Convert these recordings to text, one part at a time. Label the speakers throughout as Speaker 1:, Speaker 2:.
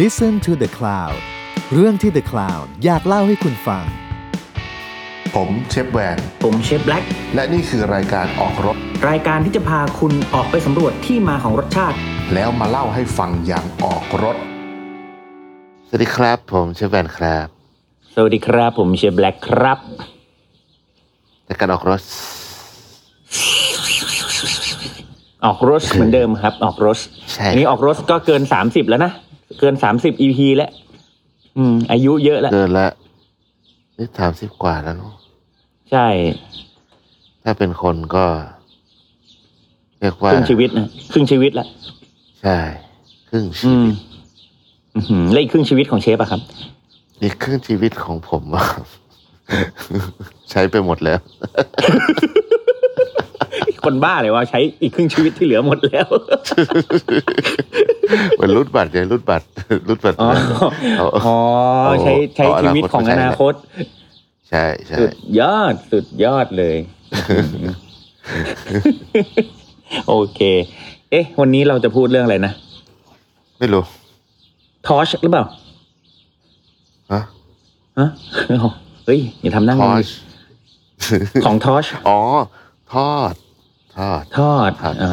Speaker 1: Listen to the Cloud เรื่องที่ The Cloud อยากเล่าให้คุณฟัง
Speaker 2: ผมเชฟแวน
Speaker 3: ผมเชฟแบล็ก
Speaker 2: และนี่คือรายการออกรถ
Speaker 3: รายการที่จะพาคุณออกไปสำรวจที่มาของรสชาติ
Speaker 2: แล้วมาเล่าให้ฟังอย่างออกรถ
Speaker 4: สวัสดีครับ ผมเชฟแวนครับ
Speaker 3: สวัสดีครับผมเชฟแบล็กครับ
Speaker 4: ในการออกรถ
Speaker 3: ออกรสเหมือนเดิมครับ ออกรส
Speaker 4: ใช่
Speaker 3: อันนี้ออกรสก็เกินสามสิบแล้วนะ เกินสามสิบ EP แล้ว อืม อายุเยอะแล้ว
Speaker 4: เกินละนี่สามสิบกว่าแล้วเนอะ
Speaker 3: ใช่
Speaker 4: ถ้าเป็นคนก็ เรียก
Speaker 3: ค
Speaker 4: ว่า
Speaker 3: รึ่งชีวิตนะครึ่งชีวิตละ
Speaker 4: ใช่ ครึ่งชี
Speaker 3: อืม
Speaker 4: วิต
Speaker 3: อื้อหือและอีกครึ่งชีวิตของเชฟ อะครับ
Speaker 4: นี่ครึ่งชีวิตของผมอะ ครับ ใช้ไปหมดแล้ว
Speaker 3: คนบ้าเลยว่าใช้อีกครึ่งชีวิตที่เหลือหมดแล้ว
Speaker 4: เหมันรูดบัตรเลยรูดบัตร รูดบัตร
Speaker 3: อ๋อ
Speaker 4: เอา
Speaker 3: อ๋อใช้ใช้
Speaker 4: เอาอ
Speaker 3: ชี
Speaker 4: นาคต
Speaker 3: วิตของ
Speaker 4: ไม่ใช่
Speaker 3: อ
Speaker 4: แล้ว
Speaker 3: นาคต
Speaker 4: ใช่ใช่
Speaker 3: สุดยอดสุดยอดเลย โอเค เอ๊ะ วันนี้เราจะพูดเรื่องอะไรนะ
Speaker 4: ไม่รู้
Speaker 3: ทอชหรือเปล่า
Speaker 4: ฮะ
Speaker 3: ฮะ เฮ้ยอย่าทำหน้า
Speaker 4: ท
Speaker 3: ง
Speaker 4: อง ด
Speaker 3: ดิของทอช
Speaker 4: อ๋อ ทอด ทอด
Speaker 3: ทอด
Speaker 4: ครับ
Speaker 3: อ่า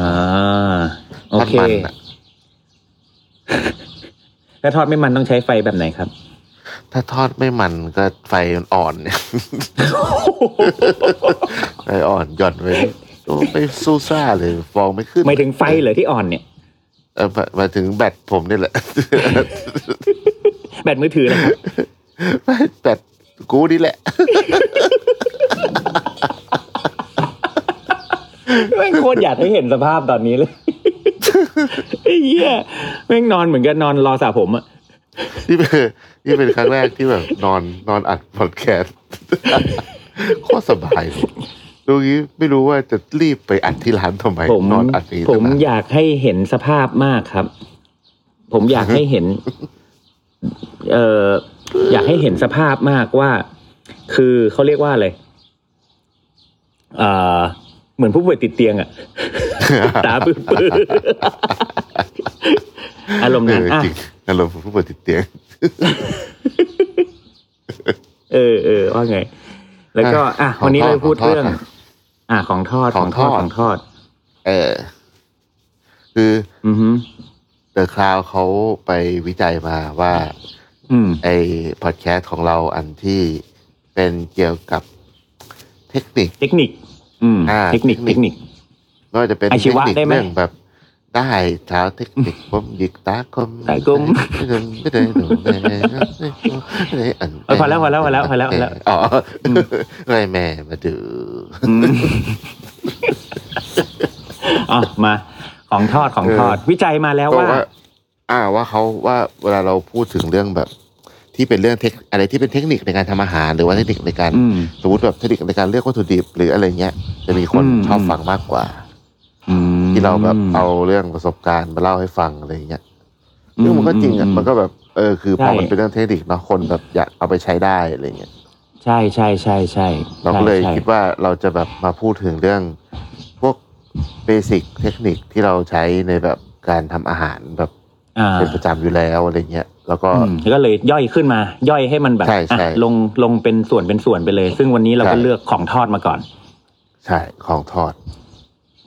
Speaker 4: ท
Speaker 3: โอ
Speaker 4: อด
Speaker 3: เค
Speaker 4: มันอะ
Speaker 3: แล้วทอดไม่มันต้องใช้ไฟแบบไหนครับ
Speaker 4: ถ้าทอดไม่มันก็ไฟอ่อน เนี่ย ไฟอ่อนหย่อนไปโอ้ไปสู้ซ่าเลยฟองไม่ขึ้น
Speaker 3: ไม่ถึงไฟเหรอที่อ่อนเนี่ย
Speaker 4: เออมามาถึงแบตผมนี่แหละ
Speaker 3: แบตมือถือนะครับ
Speaker 4: แบตกูนี่แหละ
Speaker 3: แม่งโคตรอยากให้เห็นสภาพตอนนี้เลย ไอ้เหี้ยแม่งนอนเหมือนกันนอนรอสระผมอะ
Speaker 4: นี่เป็นนี่เป็นครั้งแรกที่แบบนอนนอนอัดพอดแคสต์ โคตรสบายเลยดูงี้ไม่รู้ว่าจะรีบไปอัดที่ร้านทำไม
Speaker 3: ผม
Speaker 4: นอนอัดนี้
Speaker 3: ผม
Speaker 4: ตั้งนาน
Speaker 3: อยากให้เห็นสภาพมากครับ ผมอยากให้เห็น เอ่ออยากให้เห็นสภาพมากว่า คือเขาเรียกว่าอะไรเอ่อเหมือนผู้ป่วยติดเตียงอะ ตาปื้อๆ อารมณ์
Speaker 4: เอ
Speaker 3: นั้น
Speaker 4: อ
Speaker 3: อ่ะ
Speaker 4: จริงอารมณ์ผู้ป่วยติดเตียง
Speaker 3: เออเออว่าไง แล้วก็ อ่ะ
Speaker 4: ของ
Speaker 3: วันนี้เราจะพูด
Speaker 4: ทอด
Speaker 3: เรื่อง
Speaker 4: ของทอด
Speaker 3: อ่ะของทอด
Speaker 4: ข
Speaker 3: ของ งทอด
Speaker 4: อทอด
Speaker 3: ของทอด
Speaker 4: เออ คือ
Speaker 3: อือหือ
Speaker 4: เดอะคลาวเขาไปวิจัยมาว่า
Speaker 3: อืม
Speaker 4: ไอพอดแคสต์ของเราอันที่เป็นเกี่ยวกับเทคนิค
Speaker 3: เทคนิค อืม
Speaker 4: อ่า
Speaker 3: เทคนิค
Speaker 4: เท
Speaker 3: เท
Speaker 4: ค
Speaker 3: ค
Speaker 4: นิ
Speaker 3: นิ
Speaker 4: ค
Speaker 3: ค
Speaker 4: ไม่ว่าจะเป็น
Speaker 3: อาชีวะ
Speaker 4: เทคนิค
Speaker 3: ได้ไหม
Speaker 4: เรื่องแบบได้สาวเทคนิคผมหยิกตาคม
Speaker 3: ตาคม
Speaker 4: ไม่ได้ไม่ได้หนูไม่ได้ไม่ได้อัน
Speaker 3: เอ้ยพอแล้วพอแล้วพอแล้วพอแล้วพอแล้ว
Speaker 4: อ๋อไรแม่มาดู
Speaker 3: อ่ะมาของทอดของทอด วิจัยมาแล้ว
Speaker 4: ก็
Speaker 3: ว่า
Speaker 4: ว่า อ่าว่าเขาว่าเวลาเราพูดถึงเรื่องแบบ ที่เป็นเรื่องเทคอะไรที่เป็นเทคนิคในการทำอาหารหรือว่าเทคนิคในการ
Speaker 3: อืม
Speaker 4: สมมติแบบเทคนิคในการเลือกวัตถุดิบหรืออะไรเงี้ย จะมีคน
Speaker 3: อืม
Speaker 4: ชอบฟังมากกว่า
Speaker 3: อืม
Speaker 4: ที่เราแบบเอาเรื่องประสบการณ์มาเล่าให้ฟังอะไรเงี้ย
Speaker 3: อืม
Speaker 4: ซึ่งมันก็จริงอ่ะ
Speaker 3: อืม
Speaker 4: มันก็แบบเออคือ
Speaker 3: ใช่
Speaker 4: พอมันเป็นเรื่องเทคนิคเนาะคนแบบอยากเอาไปใช้ได้อะไรเงี้ย
Speaker 3: ใช่ใช่ใช่ใช่
Speaker 4: เราก็เลย
Speaker 3: ใช่ใช่
Speaker 4: คิดว่าเราจะแบบมาพูดถึงเรื่อง พวกเบสิกเทคนิคที่เราใช้ในแบบการทำอาหารแบบ
Speaker 3: อ่า
Speaker 4: เป็นประจำอยู่แล้วอะไรเงี้ยแล้วก็
Speaker 3: อืมแล้วก็เลยย่อยขึ้นมา ย่อยให้มันแบบ
Speaker 4: ใช่ใช่
Speaker 3: อ่ะลงลงเป็นส่วนเป็นส่วนไปเลย ซึ่งวันนี้เราก็
Speaker 4: ใช่
Speaker 3: เลือกของทอดมาก่อน
Speaker 4: ใช่ของทอด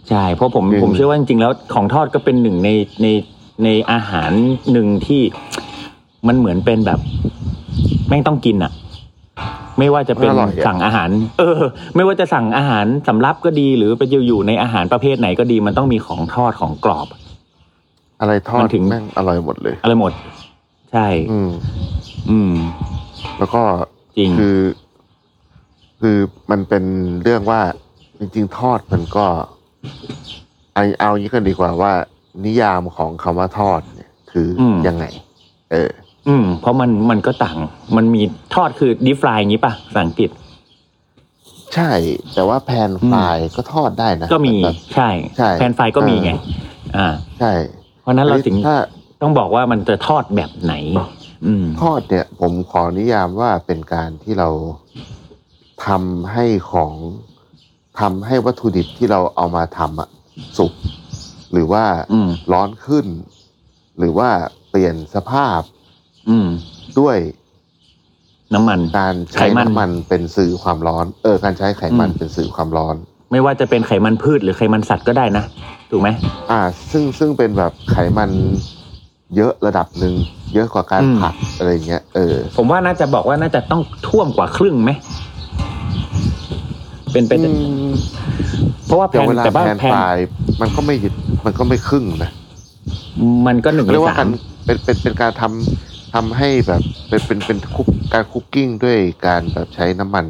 Speaker 3: ใช่เพราะผม
Speaker 4: อืม
Speaker 3: ผมเชื่อว่าจริงๆแล้วของทอดก็เป็นหนึ่งในในในอาหารหนึ่งที่ มันเหมือนเป็นแบบแม่งต้องกินอะไม่ว่าจะเป็น
Speaker 4: อร่อยอะ
Speaker 3: สั่งอาหาร เออ ไม่ว่าจะสั่งอาหารสำรับก็ดี หรือไปอยู่ในอาหารประเภทไหนก็ดี มันต้องมีของทอดของกรอบ
Speaker 4: อะไรทอ
Speaker 3: มั
Speaker 4: ด
Speaker 3: นถึง
Speaker 4: แม่งอร่อยหมดเลย
Speaker 3: อะไรหมด ใช่
Speaker 4: อืม
Speaker 3: อืม
Speaker 4: แล้วก็
Speaker 3: จริง
Speaker 4: คือ คือมันเป็นเรื่องว่าจริงๆ ทอดมันก็เอาเอาอย่างนี้กันดีกว่าว่า นิยามของคำว่าทอดเนี่ย คืออ
Speaker 3: ม
Speaker 4: ยังไง เออ
Speaker 3: อืม เพราะมันมันก็ต่าง มันมีทอดคือดิฟรายอย่างนี้ป่ะภาษาอังกฤษ
Speaker 4: ใช่ แต่ว่าแพนฟรายก็ทอดได้นะ
Speaker 3: ก็มี
Speaker 4: แบบ
Speaker 3: ใช่
Speaker 4: ใช่
Speaker 3: แพนไฟก็มีไง
Speaker 4: เอ
Speaker 3: อ่า
Speaker 4: ใช่
Speaker 3: เพราะฉะนั้นเราถึง
Speaker 4: ถ้า
Speaker 3: ต้องบอกว่ามันจะทอดแบบไหน อืม
Speaker 4: ทอดเนี่ย ผมขอนิยามว่าเป็นการที่เราทำให้ของทำให้วัตถุดิบที่เราเอามาทำอะสุกหรือว่า
Speaker 3: อืม
Speaker 4: ร้อนขึ้น หรือว่าเปลี่ยนสภาพ
Speaker 3: อืม
Speaker 4: ด้วย
Speaker 3: น้ำมัน
Speaker 4: การใช้
Speaker 3: ไขมัน
Speaker 4: น้ำมันเป็นสื่อความร้อน เออ การใช้ไขมันเป็นสื่อความร้อน
Speaker 3: ไม่ว่าจะเป็นไขมันพืชหรือไขมันสัตว์ก็ได้นะ ถูกไหม
Speaker 4: อ่า ซึ่งซึ่งเป็นแบบไขมันเยอะระดับหนึ่งเยอะกว่าการ
Speaker 3: อืม
Speaker 4: ผัดอะไรเงี้ยเออ
Speaker 3: ผมว่าน่าจะบอกว่าน่าจะต้องท่วมกว่าครึ่งไหม เป็นไปได้เพราะว่าแพ
Speaker 4: แต่
Speaker 3: น
Speaker 4: เวลา
Speaker 3: แต่ว่า
Speaker 4: แทน
Speaker 3: แพน
Speaker 4: ปลายมันก็ไม่หยุดมันก็ไม่ครึ่งนะ
Speaker 3: มันก็หนึ่ง
Speaker 4: เขา
Speaker 3: ใน
Speaker 4: เรียก
Speaker 3: สาก
Speaker 4: ว่าาม รเป็นเป็นเป็นการทำทำให้แบบเป็นเป็นเป็นคุกการคุกกิ้งด้วยการแบบใช้น้ำมัน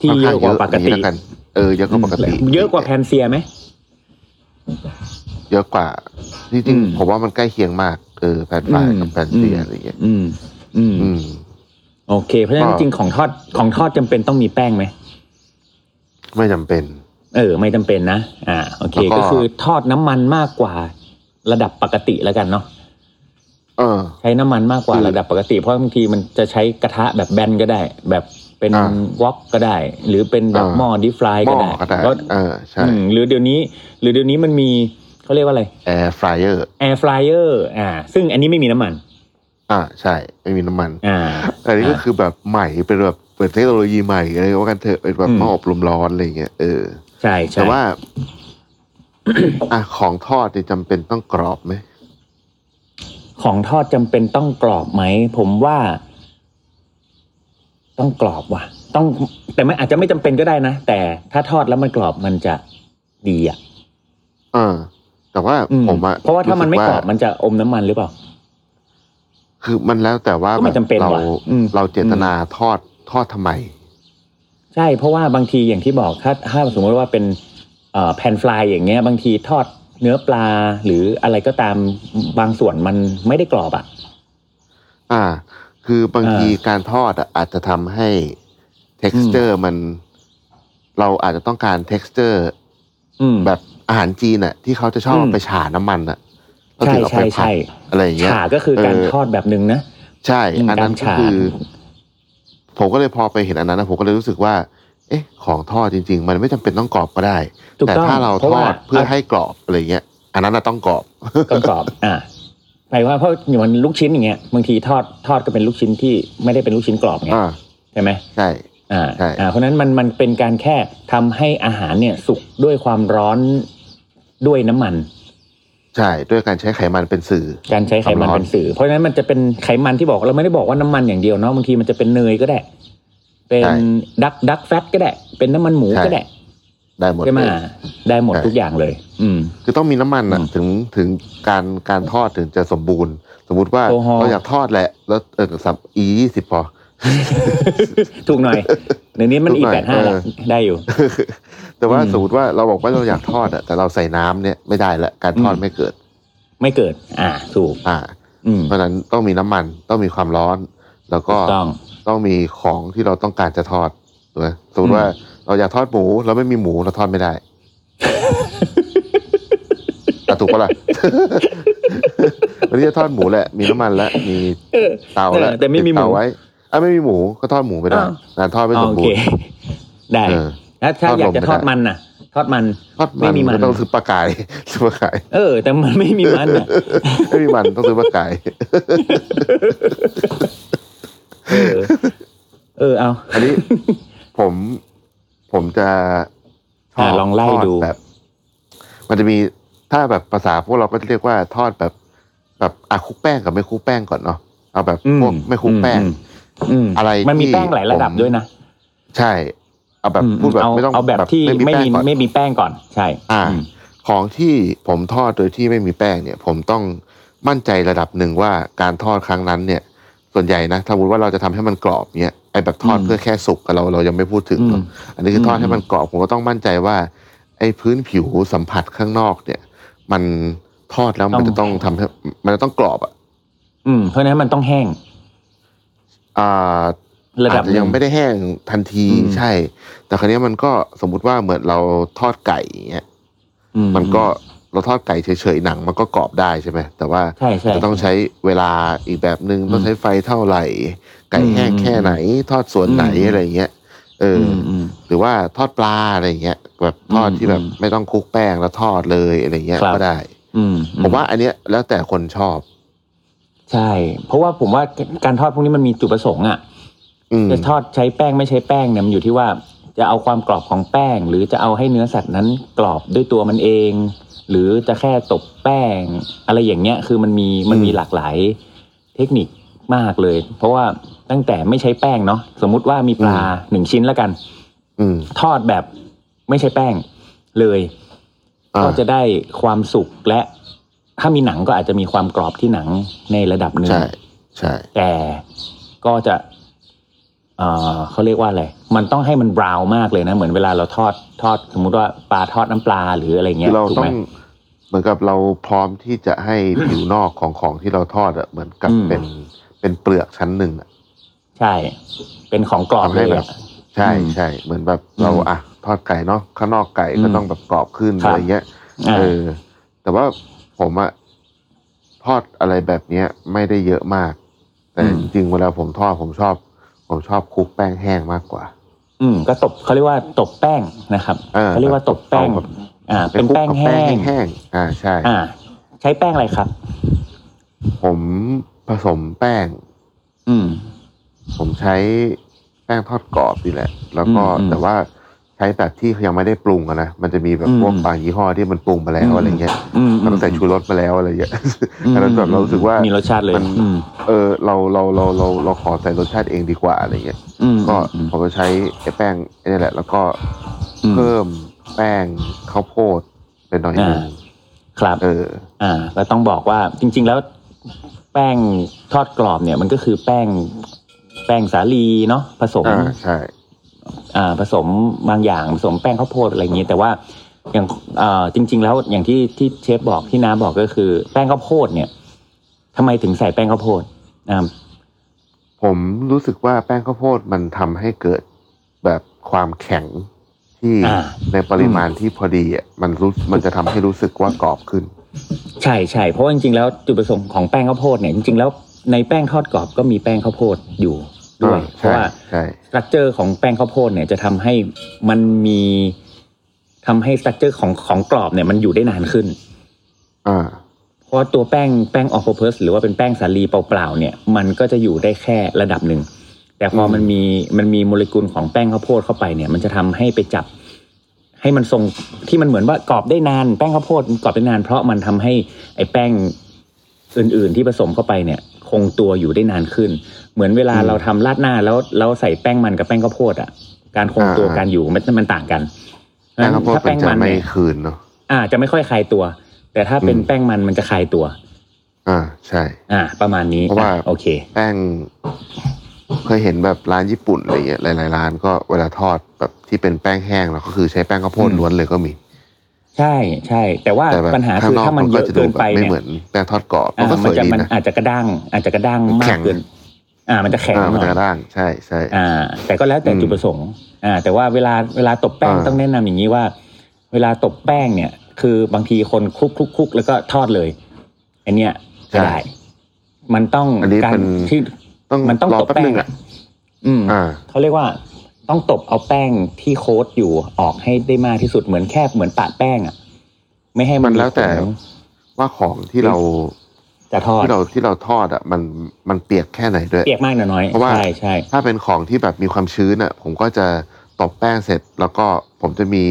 Speaker 3: ที่
Speaker 4: ค่น
Speaker 3: เย
Speaker 4: ข้
Speaker 3: อะกว่าปก
Speaker 4: งเย
Speaker 3: ติ
Speaker 4: อะอย่งนี้แล้วกันเออเยอะกว่าปกติ
Speaker 3: เยอะกว่าแพนเซียไหม
Speaker 4: เยอะกว่าจริง
Speaker 3: อืม
Speaker 4: ๆผมว่ามันใกล้เคียงมากเออแผ่นปลายกับ
Speaker 3: อืม
Speaker 4: แผ่นเสียอะไรอย่างเงี้ย
Speaker 3: อืม อืม
Speaker 4: อืม
Speaker 3: โอเค เพราะฉะนั้น
Speaker 4: ก็
Speaker 3: จริงๆของทอดของทอดจำเป็นต้องมีแป้งไหม
Speaker 4: ไม่จำเป็น
Speaker 3: เออ ไม่จำเป็นนะ อ่า โอเค
Speaker 4: แล้วก็
Speaker 3: ก็คือทอดน้ำมันมากกว่าระดับปกติแล้วกันเนาะ
Speaker 4: เออ
Speaker 3: ใช้น้ำมันมากกว่า
Speaker 4: อืม
Speaker 3: ระดับปกติ เพราะบางทีมันจะใช้กระทะแบบแบนก็ได้ แบบเป็น
Speaker 4: อ่าว
Speaker 3: อกก็ได้ หรือเป็นแบบ
Speaker 4: อ่า
Speaker 3: หม้อดิฟราย
Speaker 4: หม้
Speaker 3: ก็
Speaker 4: อ
Speaker 3: ได้
Speaker 4: ก็ได้
Speaker 3: แล้ว
Speaker 4: เออใช่
Speaker 3: อืมหรือเดี๋ยวนี้ หรือเดี๋ยวนี้มันมีเขาเรียกว่าอะไร
Speaker 4: แอร์ฟรายเออร์
Speaker 3: แอร์ฟรายเออร์อ่า ซึ่งอันนี้ไม่มีน้ำมัน
Speaker 4: อ่าใช่ไม่มีน้ำมัน
Speaker 3: อ่า
Speaker 4: อันนี้ก็คือแบบใหม่เป็นแบบเปิดเทคโนโลยีใหม่อะไรว่ากันเถอะเป็นแบบ
Speaker 3: อืม
Speaker 4: หม้ออบลมร้อนอะไรอย่างเงี้ยเออ
Speaker 3: ใช่ใช่
Speaker 4: แต่ว่า อ่ะของทอดเนี่ยจำเป็นต้องกรอบไหม
Speaker 3: ของทอดจำเป็นต้องกรอบไหม ผมว่า ต้องกรอบว่ะ ต้องแต่ไม่อาจจะไม่จำเป็นก็ได้นะ แต่ถ้าทอดแล้วมันกรอบมันจะดีอ่ะ
Speaker 4: เออ แต่ว่า
Speaker 3: อืม
Speaker 4: ผมอะ
Speaker 3: เพราะว่าถ้ามันไม่กรอบ
Speaker 4: สึ
Speaker 3: มันจะอมน้ำมันหรือเปล่า
Speaker 4: าคือมันแล้วแต่ว่า
Speaker 3: ก็ไม่จำเป็น
Speaker 4: เรา
Speaker 3: ว่ะอืม
Speaker 4: เราเจตนาทอดทอดทำไม
Speaker 3: ใช่เพราะว่าบางทีอย่างที่บอกถ้าถ้าสมมติว่าเป็นเอ่อแผ่นฟลายอย่างเงี้ย บางทีทอดเนื้อปลาหรืออะไรก็ตามบางส่วนมันไม่ได้กรอบอะ่ะ
Speaker 4: อ่า คือบาง
Speaker 3: อ่า
Speaker 4: ทีการทอดอะอาจจะทำให้ texture มัน เราอาจจะต้องการ texture
Speaker 3: อืม
Speaker 4: แบบอาหารจีนอะที่เขาจะชอบ
Speaker 3: อืม
Speaker 4: ไปฉาน้ำมันอะแล้ว
Speaker 3: ใช่
Speaker 4: ถึงเอาไป
Speaker 3: ใช่
Speaker 4: ผัด
Speaker 3: ใช่
Speaker 4: อะไรอย่างเงี้ย
Speaker 3: ฉาก็คือการ
Speaker 4: เออ
Speaker 3: ทอดแบบนึงนะ
Speaker 4: ใช่
Speaker 3: อืม
Speaker 4: อันนั้น
Speaker 3: การ
Speaker 4: ก็
Speaker 3: ฉา
Speaker 4: คือ ผมก็เลยพอไปเห็นอันนั้นนะผมก็เลยรู้สึกว่า เอ๊ะ ของทอดจริง ๆ มันไม่จำเป็นต้องกรอบก็ได้
Speaker 3: ถูก
Speaker 4: แต่
Speaker 3: ต้อง
Speaker 4: ถ้าเรา
Speaker 3: พะ
Speaker 4: ท
Speaker 3: ว่
Speaker 4: อดเพื่อให้กรอบอะไรเงี้ย อันนั้นนะต้องกรอบ
Speaker 3: ต้องกรอบ อ่าหมายว่าเพราะอย่างมันลูกชิ้นอย่างเงี้ยบางทีทอดทอดก็เป็นลูกชิ้นที่ไม่ได้เป็นลูกชิ้นกรอบไง
Speaker 4: อ่า
Speaker 3: ใช่ไหม
Speaker 4: ใช่
Speaker 3: อ่า
Speaker 4: ใช่
Speaker 3: อ่าเพราะฉะนั้นมันมันเป็นการแค่ทำให้อาหารเนี่ยสุกด้วยความร้อนด้วยน้ำมัน
Speaker 4: ใช่ ด้วยการใช้ไขมันเป็นสื่อ
Speaker 3: การใช้ไขมัน
Speaker 4: ความร้อน
Speaker 3: เป็นสื่อ เพราะฉะนั้นมันจะเป็นไขมันที่บอกเราไม่ได้บอกว่าน้ำมันอย่างเดียวเนาะบางทีมันจะเป็นเนยก็ได้ เป็นดักดักแฟตก็ได้ เป็นน้ำมันหมูก็ได้
Speaker 4: ได้หมด
Speaker 3: ใช่ไหม
Speaker 4: เลย
Speaker 3: ได้หมด
Speaker 4: ใช่
Speaker 3: ทุกอย่างเลย อืม
Speaker 4: คือต้องมีน้ำมันอ่ะ
Speaker 3: อืม
Speaker 4: ถึงถึงการการทอดถึงจะสมบูรณ์ สมมุติว่า
Speaker 3: แอลกอฮอล์
Speaker 4: เราอยากทอดแหละ แล้วเออสับอียี่สิบพอ
Speaker 3: ถูกหน่อยในนี้มัน
Speaker 4: ถู
Speaker 3: อี
Speaker 4: กหน่
Speaker 3: แป
Speaker 4: อย
Speaker 3: ดห้า
Speaker 4: เออ
Speaker 3: ได้อยู่
Speaker 4: แต่ว่า
Speaker 3: อืม
Speaker 4: สมมติว่าเราบอกว่าเราอยากทอดอ่ะแต่เราใส่น้ำเนี่ยไม่ได้ละการทอด
Speaker 3: อืม
Speaker 4: ไม่เกิด
Speaker 3: ไม่เกิด อ่า ถูก
Speaker 4: อ่า
Speaker 3: อืม
Speaker 4: เพราะฉะนั้นต้องมีน้ำมันต้องมีความร้อน แล้ว
Speaker 3: ถู
Speaker 4: ก็
Speaker 3: กต้อง
Speaker 4: ต้องมีของที่เราต้องการจะทอดถูกไหมสมม
Speaker 3: อื
Speaker 4: ติ
Speaker 3: ม
Speaker 4: ว่าเราอยากทอดหมูเราไม่มีหมูเราทอดไม่ ได้ อ่ะถูกปะ ล่ะ วันนี้จะทอดหมูแหละ มีน้ำมันแล้วมี
Speaker 3: เออ
Speaker 4: เตาแล้ว
Speaker 3: เออแต่ไม่มีหมู
Speaker 4: ติดเตาไว้อ่ะไม่มีหมูก็ทอดหมูไม่ได้
Speaker 3: อ้าว
Speaker 4: งานทอดไม่สม
Speaker 3: โอ
Speaker 4: บู
Speaker 3: เค
Speaker 4: รณ์
Speaker 3: ได้
Speaker 4: เออ
Speaker 3: แล้วถ้า
Speaker 4: ทอด
Speaker 3: อยาก
Speaker 4: ลม
Speaker 3: จะ
Speaker 4: ไม่
Speaker 3: ทอด
Speaker 4: ได้
Speaker 3: มันน่ะ ทอดมัน
Speaker 4: ทอด
Speaker 3: ไม่
Speaker 4: มัน
Speaker 3: มีมัน
Speaker 4: ก็ต้องซื้อปลากาย ซื้อปลากาย
Speaker 3: เออ แต่มันไม่มีมันอ่ะ
Speaker 4: ไม่มีมันต้องซื้อปลากาย
Speaker 3: เออเออเอา
Speaker 4: อันนี้ ผมผมจะทด
Speaker 3: อ่ะลองไล่
Speaker 4: ทด
Speaker 3: ดู
Speaker 4: แบบ มันจะมีถ้าแบบภาษาพวกเราก็จะเรียกว่าทอดแบบ แบบอ่ะคลุกแป้งกับไม่คลุกแป้งก่อนเนาะเอาแบบ
Speaker 3: อื
Speaker 4: พวกไม่คลุกแป้ง
Speaker 3: อืมอืม
Speaker 4: อะไร
Speaker 3: มันมี
Speaker 4: ที่
Speaker 3: แป้งหลายระดับ
Speaker 4: ผม
Speaker 3: ด้วยนะ
Speaker 4: ใช่ เอาแบบ
Speaker 3: อืม
Speaker 4: พูดแบบ
Speaker 3: เอา
Speaker 4: ไม่ต้อง
Speaker 3: เอาแบบที่ไม่มี
Speaker 4: แป้งก่อน
Speaker 3: ไม่มีแป้งก่อนใช่
Speaker 4: อ่า
Speaker 3: อืม
Speaker 4: ของที่ผมทอดโดยที่ไม่มีแป้งเนี่ย ผมต้องมั่นใจระดับหนึ่งว่าการทอดครั้งนั้นเนี่ย ส่วนใหญ่นะสมมติว่าเราจะทำให้มันกรอบเนี่ยไอแบบทอดเพื่อแค่สุกอะเราเรายังไม่พูดถึง
Speaker 3: อื
Speaker 4: เน
Speaker 3: ม
Speaker 4: อะอันนี้คือทอด
Speaker 3: อืม
Speaker 4: ให้มันกรอบผมก็ต้องมั่นใจว่า ไอพื้นผิวสัมผัสข้างนอกเนี่ย มันทอดแล้วมันจะต้องทำให้มันจะต้องกรอบอ่ะ
Speaker 3: อืมเพราะฉะนั้นมันต้องแห้ง
Speaker 4: อ่า
Speaker 3: ระดับ
Speaker 4: อาจจะยัง
Speaker 3: ห
Speaker 4: ไม่
Speaker 3: นึ่
Speaker 4: ได้แห้งทันที
Speaker 3: อืม
Speaker 4: ใช่ แต่ครั้นี้ยมันก็สมมติว่าเหมือนเราทอดไก่อย่างเงี้ย
Speaker 3: อื
Speaker 4: มันก็เราทอดไก่เฉยๆหนัง มันก็กรอบได้ใช่ไหมแต่ว่า
Speaker 3: ใช่ใช่
Speaker 4: จะต้องใช้เวลาอีกแบบหนึ
Speaker 3: อื
Speaker 4: ง่ง
Speaker 3: ม
Speaker 4: ต้องใช้ไฟเท่าไหร่ ไก่แห้งแค่ไหน ทอดส่วนไหน
Speaker 3: อืม
Speaker 4: อะไรอย่างเงี้ยเอออ
Speaker 3: อืม
Speaker 4: หรือว่าทอดปลาอะไรอย่างเงี้ยแบบทอด
Speaker 3: อืม
Speaker 4: ที่แบบ
Speaker 3: อืม
Speaker 4: ไม่ต้องคลุกแป้งแล้วทอดเลยอะไรอย่างเงี้ย
Speaker 3: ครับ
Speaker 4: ก็ได้
Speaker 3: อืม
Speaker 4: ผมว่าอันเนี้ยแล้วแต่คนชอบ
Speaker 3: ใช่ เพราะว่าผมว่าการทอดพวกนี้มันมีจุดประสงค์อ่ะ
Speaker 4: อืม
Speaker 3: จะทอดใช้แป้งไม่ใช้แป้งเนี่ยมันอยู่ที่ว่าจะเอาความกรอบของแป้ง หรือจะเอาให้เนื้อสัตว์นั้นกรอบด้วยตัวมันเอง หรือจะแค่ตบแป้ง อะไรอย่างเงี้ยคือมันมีมันมีหลากหลายเทคนิคมากเลย เพราะว่าตั้งแต่ไม่ใช้แป้งเนาะสมมุติว่ามีปลาหนึ่งชิ้นแล้วกัน
Speaker 4: อืม
Speaker 3: ทอดแบบไม่ใช้แป้งเลย
Speaker 4: อ่า
Speaker 3: ก็จะได้ความสุกและถ้ามีหนังก็อาจจะมีความกรอบที่หนังในระดับหนึ่ง
Speaker 4: ใช่ใช่
Speaker 3: แต่ก็จะ เอ่อเขาเรียกว่าอะไร มันต้องให้มันบราวน์มากเลยนะ เหมือนเวลาเราทอดทอด สมมุติว่าปลาทอดน้ำปลาหรืออะไร
Speaker 4: คื
Speaker 3: เงี้ย
Speaker 4: อเรา
Speaker 3: ถูก
Speaker 4: ต้
Speaker 3: ไห
Speaker 4: อ
Speaker 3: ม
Speaker 4: งเหมือนกับเราพร้อมที่จะให้ ผิวนอกของของที่เราทอดอะเหมือนกับ
Speaker 3: อืม
Speaker 4: เป็นเป็นเปลือกชั้นหนึ่งอะ
Speaker 3: ใช่ เป็นของกรอบ
Speaker 4: ทำ
Speaker 3: เล
Speaker 4: ให้
Speaker 3: ย
Speaker 4: แบ
Speaker 3: อะ
Speaker 4: บ ใช่
Speaker 3: อืม
Speaker 4: ใช่เหมือนแบบเรา
Speaker 3: อืม
Speaker 4: อะทอดไก่เนาะข้างนอกไก่
Speaker 3: อืม
Speaker 4: ก็ต้องแบบกรอบขึ้น
Speaker 3: ครับ
Speaker 4: อะไรเงี้ย
Speaker 3: อ่า
Speaker 4: เออ แต่ว่าผมอะทอดอะไรแบบเนี้ย ไม่ได้เยอะมาก แต่จริงๆเวลาผมทอดผมชอบ ผมชอบคลุกแป้งแห้งมากกว่า
Speaker 3: อืมก็ตบเขาเรียกว่าตบแป้งนะครับ
Speaker 4: เออ
Speaker 3: เขาเรียกว่าตบแป้ง
Speaker 4: เอาแบบ
Speaker 3: อ่า เป็น
Speaker 4: ไคลุก
Speaker 3: แป้ง
Speaker 4: กับ
Speaker 3: แห้ง
Speaker 4: แห้งๆอ่าใช่
Speaker 3: อ่า ใช้แป้งอะไรครับ
Speaker 4: ผมผสมแป้ง
Speaker 3: อืม
Speaker 4: ผมใช้แป้งทอดกรอบนี่แหละ แล้วก็
Speaker 3: อืมอืม
Speaker 4: แต่ว่าใช้แบบที่ยังไม่ได้ปรุงอะนะ มันจะมีแบบ
Speaker 3: อืม
Speaker 4: พวกบางยี่ห้อที่มันปรุงมาแล้ว
Speaker 3: อืม
Speaker 4: อะไรเงี้ย
Speaker 3: อืม
Speaker 4: แล้วก็ใส่ชูรสมาแล้วอะไรเงี้ย อันนั้นแบบเรารู้สึกว่า
Speaker 3: มีรสชาติเลย
Speaker 4: มัน
Speaker 3: อืม
Speaker 4: เออเราเราเราเราเราขอใส่รสชาติเองดีกว่าอะไรเงี้ย
Speaker 3: อืม
Speaker 4: ก็
Speaker 3: อืม
Speaker 4: ผมจะใช้ไอ้แป้งไอ้นี่แหละ แล้วก็
Speaker 3: อืม
Speaker 4: เพิ่มแป้งข้าวโพดไปหน่อยหนึ
Speaker 3: อ่า
Speaker 4: ง
Speaker 3: ครับ
Speaker 4: เออ
Speaker 3: อ่าก็ต้องบอกว่าจริง ๆ แล้วแป้งทอดกรอบเนี่ยมันก็คือแป้งแป้งสาลีเนาะผสม
Speaker 4: อ่าใช่
Speaker 3: อ่าผสมบางอย่างผสมแป้งข้าวโพดอะไรอย่างนี้ แต่ว่าอย่างอ่าจริง ๆ แล้วอย่างที่ที่เชฟบอกที่น้าบอกก็คือ แป้งข้าวโพดเนี่ยทำไมถึงใส่แป้งข้าวโพดอ่า
Speaker 4: ผมรู้สึกว่าแป้งข้าวโพดมันทำให้เกิดแบบความแข็งที่
Speaker 3: อ่า
Speaker 4: ในปริมาณที่พอดีอ่ะมันรู้มันจะทำให้รู้สึกว่ากรอบขึ้น
Speaker 3: ใช่ใช่เพราะว่าจริงๆแล้วจุดประสงค์ของแป้งข้าวโพดเนี่ยจริงๆแล้วในแป้งทอดกรอบก็มีแป้งข้าวโพดอยู่ด้วย
Speaker 4: อ่า
Speaker 3: เพ
Speaker 4: ใช่
Speaker 3: ราะว่า
Speaker 4: ใช่
Speaker 3: สตรัคเจอร์ของแป้งข้าวโพดเนี่ยจะทำให้มันมีทำให้สตรัคเจอร์ของของกรอบเนี่ยมันอยู่ได้นานขึ้น
Speaker 4: อ่า
Speaker 3: เพราะว่าตัวแป้งแป้งออโคเพสหรือว่าเป็นแป้งสาลีเปล่าๆเนี่ยมันก็จะอยู่ได้แค่ระดับหนึ่ง แต่พอมันมีมันมีโมเลกุลของแป้งข้าวโพดเข้าไปเนี่ย มันจะทำให้ไปจับ ให้มันทรงที่มันเหมือนว่ากรอบได้นานแป้งข้าวโพดกรอบได้นาน เพราะมันทำให้ไอ้แป้งอื่น ๆ ที่ผสมเข้าไปเนี่ย คงตัวอยู่ได้นานขึ้น เหมือนเวลาเราทำราดหน้าแล้วเราใส่แป้งมันกับแป้งข้าวโพดอ่ะการคงตัวการอยู่มันมันต่างกัน
Speaker 4: แป้งข้าวโพด
Speaker 3: ถ้
Speaker 4: มันจะไม่
Speaker 3: เย
Speaker 4: คืนเนาะ
Speaker 3: อ่าจะไม่ค่อยคลายตัว แต่ถ้าเป็น
Speaker 4: อืม
Speaker 3: แป้งมันมันจะคลายตัว
Speaker 4: อ่าใช่
Speaker 3: อ่า ประมาณนี้
Speaker 4: เพราะว่า
Speaker 3: อ่โอเค
Speaker 4: แป้งเคยเห็นแบบร้านญี่ปุ่นอะไรเงี้ยหลายๆร้านก็เวลาทอดแบบที่เป็นแป้งแห้งแล้วก็คือใช้แป้งข้าวโพด
Speaker 3: อืม
Speaker 4: ล้วนเลยก็มี
Speaker 3: ใช่ใช่ แต่ว่า
Speaker 4: แต่แบบ
Speaker 3: ปัญหา
Speaker 4: ข้า
Speaker 3: คื
Speaker 4: ง
Speaker 3: อน
Speaker 4: อก
Speaker 3: ถ้ามัน
Speaker 4: มัน
Speaker 3: เย
Speaker 4: ก็
Speaker 3: อะ
Speaker 4: จะดู
Speaker 3: เกิน
Speaker 4: แบ
Speaker 3: ไป
Speaker 4: บไม่
Speaker 3: เนี่
Speaker 4: เหมื
Speaker 3: ย
Speaker 4: อนแป้งทอดกรอบมัน
Speaker 3: อ่า
Speaker 4: ก็ส
Speaker 3: มัน
Speaker 4: วย
Speaker 3: จะ
Speaker 4: ดี
Speaker 3: มัน
Speaker 4: นะ
Speaker 3: อาจจะกระด้างอาจจะกระด้างมา
Speaker 4: แข็
Speaker 3: ก
Speaker 4: ง
Speaker 3: เกิน อ่า มันจะแข็ง
Speaker 4: อ่ามัน
Speaker 3: หน่
Speaker 4: จะ
Speaker 3: อย
Speaker 4: กระด้างใช่ใช่
Speaker 3: อ่า แต่ก็แล้วแต่
Speaker 4: อืม
Speaker 3: จุดประสงค์อ่า แต่ว่าเวลาเวลาตบแป้ง
Speaker 4: อ่า
Speaker 3: ต้องแนะนำอย่างนี้ว่า เวลาตบแป้งเนี่ย คือบางทีคนคลุกคลุกคลุกแล้วก็ทอดเลยอันเนี้ยไม่ได้ มันต้อง
Speaker 4: อันนี้
Speaker 3: การ
Speaker 4: เป็น
Speaker 3: ที่
Speaker 4: ต้อง
Speaker 3: มันต้อง
Speaker 4: รอ
Speaker 3: ตบ
Speaker 4: แป๊บ
Speaker 3: แป้
Speaker 4: นึ
Speaker 3: ง
Speaker 4: งอ่ะ
Speaker 3: อืม
Speaker 4: อ่า
Speaker 3: เขาเรียกว่าต้องตบเอาแป้งที่โค้ดอยู่ออกให้ได้มากที่สุดเหมือนแคบเหมือนปะแป้งอ่ะ ไม่ให้
Speaker 4: มั
Speaker 3: มัน น
Speaker 4: แล้วแต่
Speaker 3: มีผ
Speaker 4: ว่าของที่เรา
Speaker 3: ลจะทอด
Speaker 4: ที่เราที่เราทอดอ่ะมันมันเปียกแค่ไหนด้วย
Speaker 3: เปียกมากหรือน้อย
Speaker 4: เพราะว่า
Speaker 3: ใช่ใช่
Speaker 4: ถ้าเป็นของที่แบบมีความชื้นอ่ะ ผมก็จะตบแป้งเสร็จ แล้วก็ผมจะมี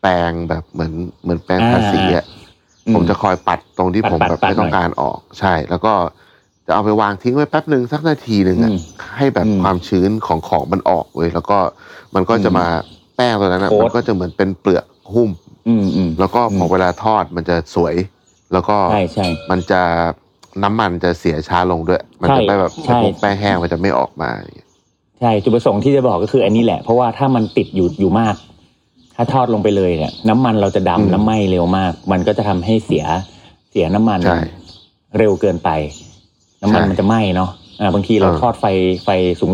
Speaker 4: แปรงแบบเหมือนเหมือนแปรงทาสีอ่ะ
Speaker 3: อื
Speaker 4: ผมจะคอยปัดตรงที่
Speaker 3: ปัด
Speaker 4: ผมแบบ
Speaker 3: ปัดปัด
Speaker 4: ไม่ต้องการออกใช่ แล้วก็จะเอาไปวางทิ้งไว้แป๊บหนึ่งสักนาทีหนึ่งอ่ะ
Speaker 3: อืม
Speaker 4: ให้แบบ
Speaker 3: อืม
Speaker 4: ความชื้นของของมันออกเว้ยแล้วก็มันก็จะ
Speaker 3: อืม
Speaker 4: มาแป้งตัวนั้นอ่ะ
Speaker 3: โค้ด
Speaker 4: มันก็จะเหมือนเป็นเปลือกหุ้ม
Speaker 3: อืมอืม
Speaker 4: แล้วก็พอ
Speaker 3: ม
Speaker 4: เวลาทอดมันจะสวย แล้วก็
Speaker 3: ใช่ใช่
Speaker 4: มันจะน้ำมันจะเสียช้าลงด้วย มัน
Speaker 3: ใช่
Speaker 4: จะไม่แบบ
Speaker 3: ใช่
Speaker 4: พวกแป้งแห้งมันจะไม่ออกมาอย่างเงี้ย
Speaker 3: ใช่จุดประสงค์ที่จะบอกก็คืออันนี้แหละ เพราะว่าถ้ามันติดอยู่อยู่มาก ถ้าทอดลงไปเลยเนี่ยน้ำมันเราจะดำและไหม้เร็วมาก มันก็จะทำให้เสียเสียน้ำมัน
Speaker 4: ใช่
Speaker 3: เร็วเกินไป น้ำมัน
Speaker 4: ใช่
Speaker 3: มันจะไหม้เนาะอ่าบางทีเรา
Speaker 4: เออ
Speaker 3: ทอดไฟไฟ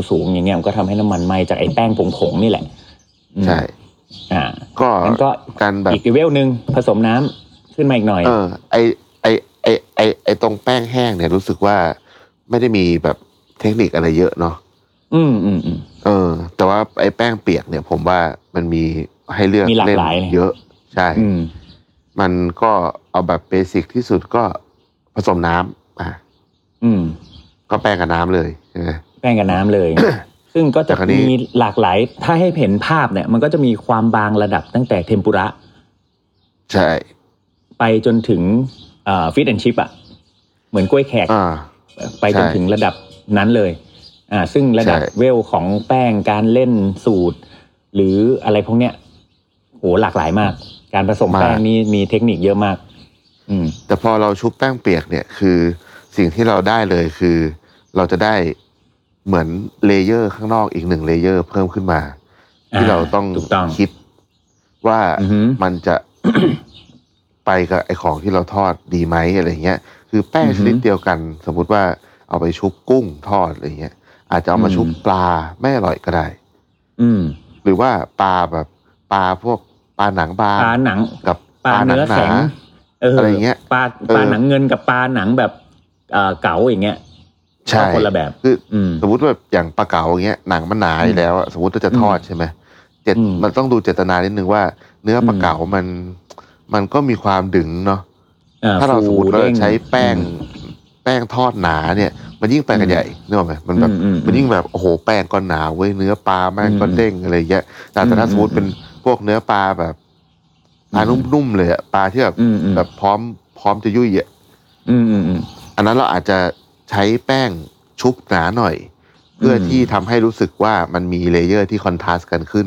Speaker 3: สูงๆอย่างเงี้ยมันก็ทำให้น้ำมันไหม้จากไอ้แป้งผงๆนี่แหละอืม
Speaker 4: ใช่
Speaker 3: อ่า
Speaker 4: ก็
Speaker 3: มันก็
Speaker 4: การแบบ
Speaker 3: อีกเลเวลหนึ่งผสมน้ำขึ้นมาอีกหน่อย
Speaker 4: เออ ไอไอไอไอไอตรงแป้งแห้งเนี่ยรู้สึกว่าไม่ได้มีแบบเทคนิคอะไรเยอะเนาะ
Speaker 3: อืมอืมอืม
Speaker 4: เออ แต่ว่าไอแป้งเปียกเนี่ย ผมว่ามันมีให้เลือก
Speaker 3: มีหลาก
Speaker 4: เล่น
Speaker 3: หลายเลย
Speaker 4: เยอะ ใช่
Speaker 3: อืม
Speaker 4: มันก็เอาแบบเบสิกที่สุดก็ผสมน้ำอ่ะ
Speaker 3: อืม
Speaker 4: ก็แป้งกับน้ำเลยใช่ไหม
Speaker 3: แป้งกับน้ำเลย ซึ่งก็จะ
Speaker 4: แต่คราวนี้
Speaker 3: มีหลากหลาย ถ้าให้เห็นภาพเนี่ย มันก็จะมีความบางระดับตั้งแต่เทมปุระ
Speaker 4: ใช่
Speaker 3: ไปจนถึงฟิตแอนชิพอ่ะ เหมือนกล้วยแขก
Speaker 4: อ่า
Speaker 3: ไปจน
Speaker 4: ใช่
Speaker 3: ถึงระดับนั้นเลย อ่า ซึ่งระดับ
Speaker 4: ใช่
Speaker 3: เวลของแป้งการเล่นสูตร หรืออะไรพวกเนี้ยโหหลากหลายมาก การผสมแป้งนี่มีเทคนิคเยอะมาก อืม
Speaker 4: แต่พอเราชุบแป้งเปียกเนี่ยคือสิ่งที่เราได้เลยคือ เราจะได้เหมือนเลเยอร์ข้างนอกอีกหนึ่งเลเยอร์เพิ่มขึ้นมา
Speaker 3: อ่า
Speaker 4: ที่เราต้อง
Speaker 3: ถูกต้อง
Speaker 4: คิดว่า
Speaker 3: อือฮึ
Speaker 4: มันจะ ไปกับไอของที่เราทอดดีไหมอะไรเงี้ย คือแป้ง
Speaker 3: อือฮึ
Speaker 4: ชนิดเดียวกัน สมมุติว่าเอาไปชุบกุ้งทอดอะไรเงี้ย อาจจะเอามา
Speaker 3: อืม
Speaker 4: ชุบปลาไม่อร่อยก็ได้
Speaker 3: อืม
Speaker 4: หรือว่าปลาแบบปลาพวกปลาหนังบาง
Speaker 3: ปลาหนัง
Speaker 4: กับ
Speaker 3: ปลาเนื้อแข็ง
Speaker 4: ปลาหา
Speaker 3: เอออะไร
Speaker 4: เงี้ย
Speaker 3: ปลา
Speaker 4: เออ
Speaker 3: ปลาหนังเงินกับปลาหนังแบบเอ่อเก๋าอย่างเงี้ย
Speaker 4: ใช่
Speaker 3: ก็คนละแบบ
Speaker 4: คือ
Speaker 3: อืม
Speaker 4: สมมติว่าอย่างปลาเก๋าอย่างเงี้ยหนังมันหนาอยู่แล้วอะสมมติว่าจะทอดใช่ไหมเจ็ด
Speaker 3: อืม
Speaker 4: มันต้องดูเจตนานิดนึงว่า เนื้อปลาเก๋ามัน มันก็มีความดึงเนาะ
Speaker 3: อ่
Speaker 4: ถ้าเราสมมติเรา
Speaker 3: ฟูด้ง
Speaker 4: ใช้แป้ง
Speaker 3: อืม
Speaker 4: แป้งทอดหนาเนี่ย มันยิ่งไปกันใหญ่นึกออกไหมมันแบบ
Speaker 3: อืมอืม
Speaker 4: มันยิ่งแบบโอ้โหแป้งก็หนาเว้ยเนื้อปลาแม่งก็
Speaker 3: อืม
Speaker 4: เด้งอะไรเงี้ยแต่แต่ถ้า
Speaker 3: อืม
Speaker 4: สมมติเป็นพวกเนื้อปลาแบบปลา
Speaker 3: อืม
Speaker 4: นุ่มๆเลยอะปลาที่แบบ
Speaker 3: อืมอืม
Speaker 4: แบบพร้อมพร้อมจะยุ่ยอะ
Speaker 3: อืมอืมอืม
Speaker 4: อันนั้นเราอาจจะใช้แป้งชุบหนาหน่อย เพื่ออ
Speaker 3: ม
Speaker 4: ที่ทำให้รู้สึกว่ามันมีเลเยอร์ที่คอนทราสต์กันขึ้น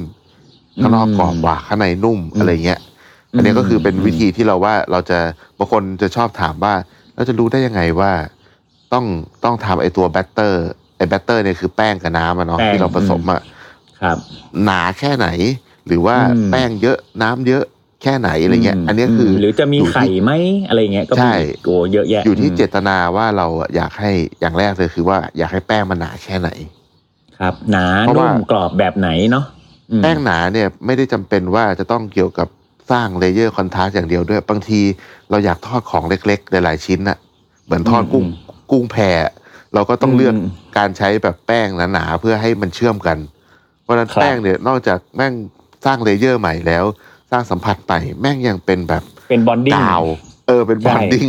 Speaker 3: อืม
Speaker 4: ข้างนอกกรอบกว่าข้างในนุ่ม
Speaker 3: อืม
Speaker 4: อะไรเงี้ย
Speaker 3: อืม
Speaker 4: อันนี้ก็คือเป็น
Speaker 3: อืม
Speaker 4: วิธีที่เราว่าเราจะบางคนจะชอบถามว่าเราจะรู้ได้ยังไงว่า ต้องต้องทำไอตัวแบตเตอร์ไอแบตเตอร์เนี่ยคือแป้งกับน้ำอะเนาะที่เราผสมอะ
Speaker 3: ครับ
Speaker 4: หนาแค่ไหน หรือว่า
Speaker 3: อืม
Speaker 4: แป้งเยอะน้ำเยอะแค่ไหนอะไรเงี้ย อันนี้คือ
Speaker 3: มหรือจะมีไข่ไหมอะไรเงี้ยก็
Speaker 4: ใช่
Speaker 3: มีโอ้เยอะแยะ
Speaker 4: อยู่ที่เจ
Speaker 3: ม
Speaker 4: ตนาว่าเราอะอยากให้อย่างแรกเลยคือว่าอยากให้แป้งมันหนาแค่ไหน
Speaker 3: ครับ หนา
Speaker 4: เพราะ
Speaker 3: นุ่
Speaker 4: ว่า
Speaker 3: มกรอบแบบไหนเนาะอืม
Speaker 4: แป้งหนาเนี่ยไม่ได้จำเป็นว่าจะต้องเกี่ยวกับสร้างเลเยอร์คอนทราสต์อย่างเดียวด้วย บางทีเราอยากทอดของเล็กๆ หลายๆชิ้นน่ะเหมือนทอดกุ้ง
Speaker 3: อืม
Speaker 4: กุ้งแพเราก็ต้องเลือก
Speaker 3: อืม
Speaker 4: การใช้แบบแป้งหนาๆเพื่อให้มันเชื่อมกัน เพราะฉะนั้น
Speaker 3: ครับ
Speaker 4: แป้งเนี่ยนอกจากแม่งสร้างเลเยอร์ใหม่แล้ว สร้างสัมผัสใหม่แม่งยังเป็นแบบ
Speaker 3: เป็นบอนดิ้ง
Speaker 4: ดาว เออเป็น
Speaker 3: ใช่
Speaker 4: บอนดิ้ง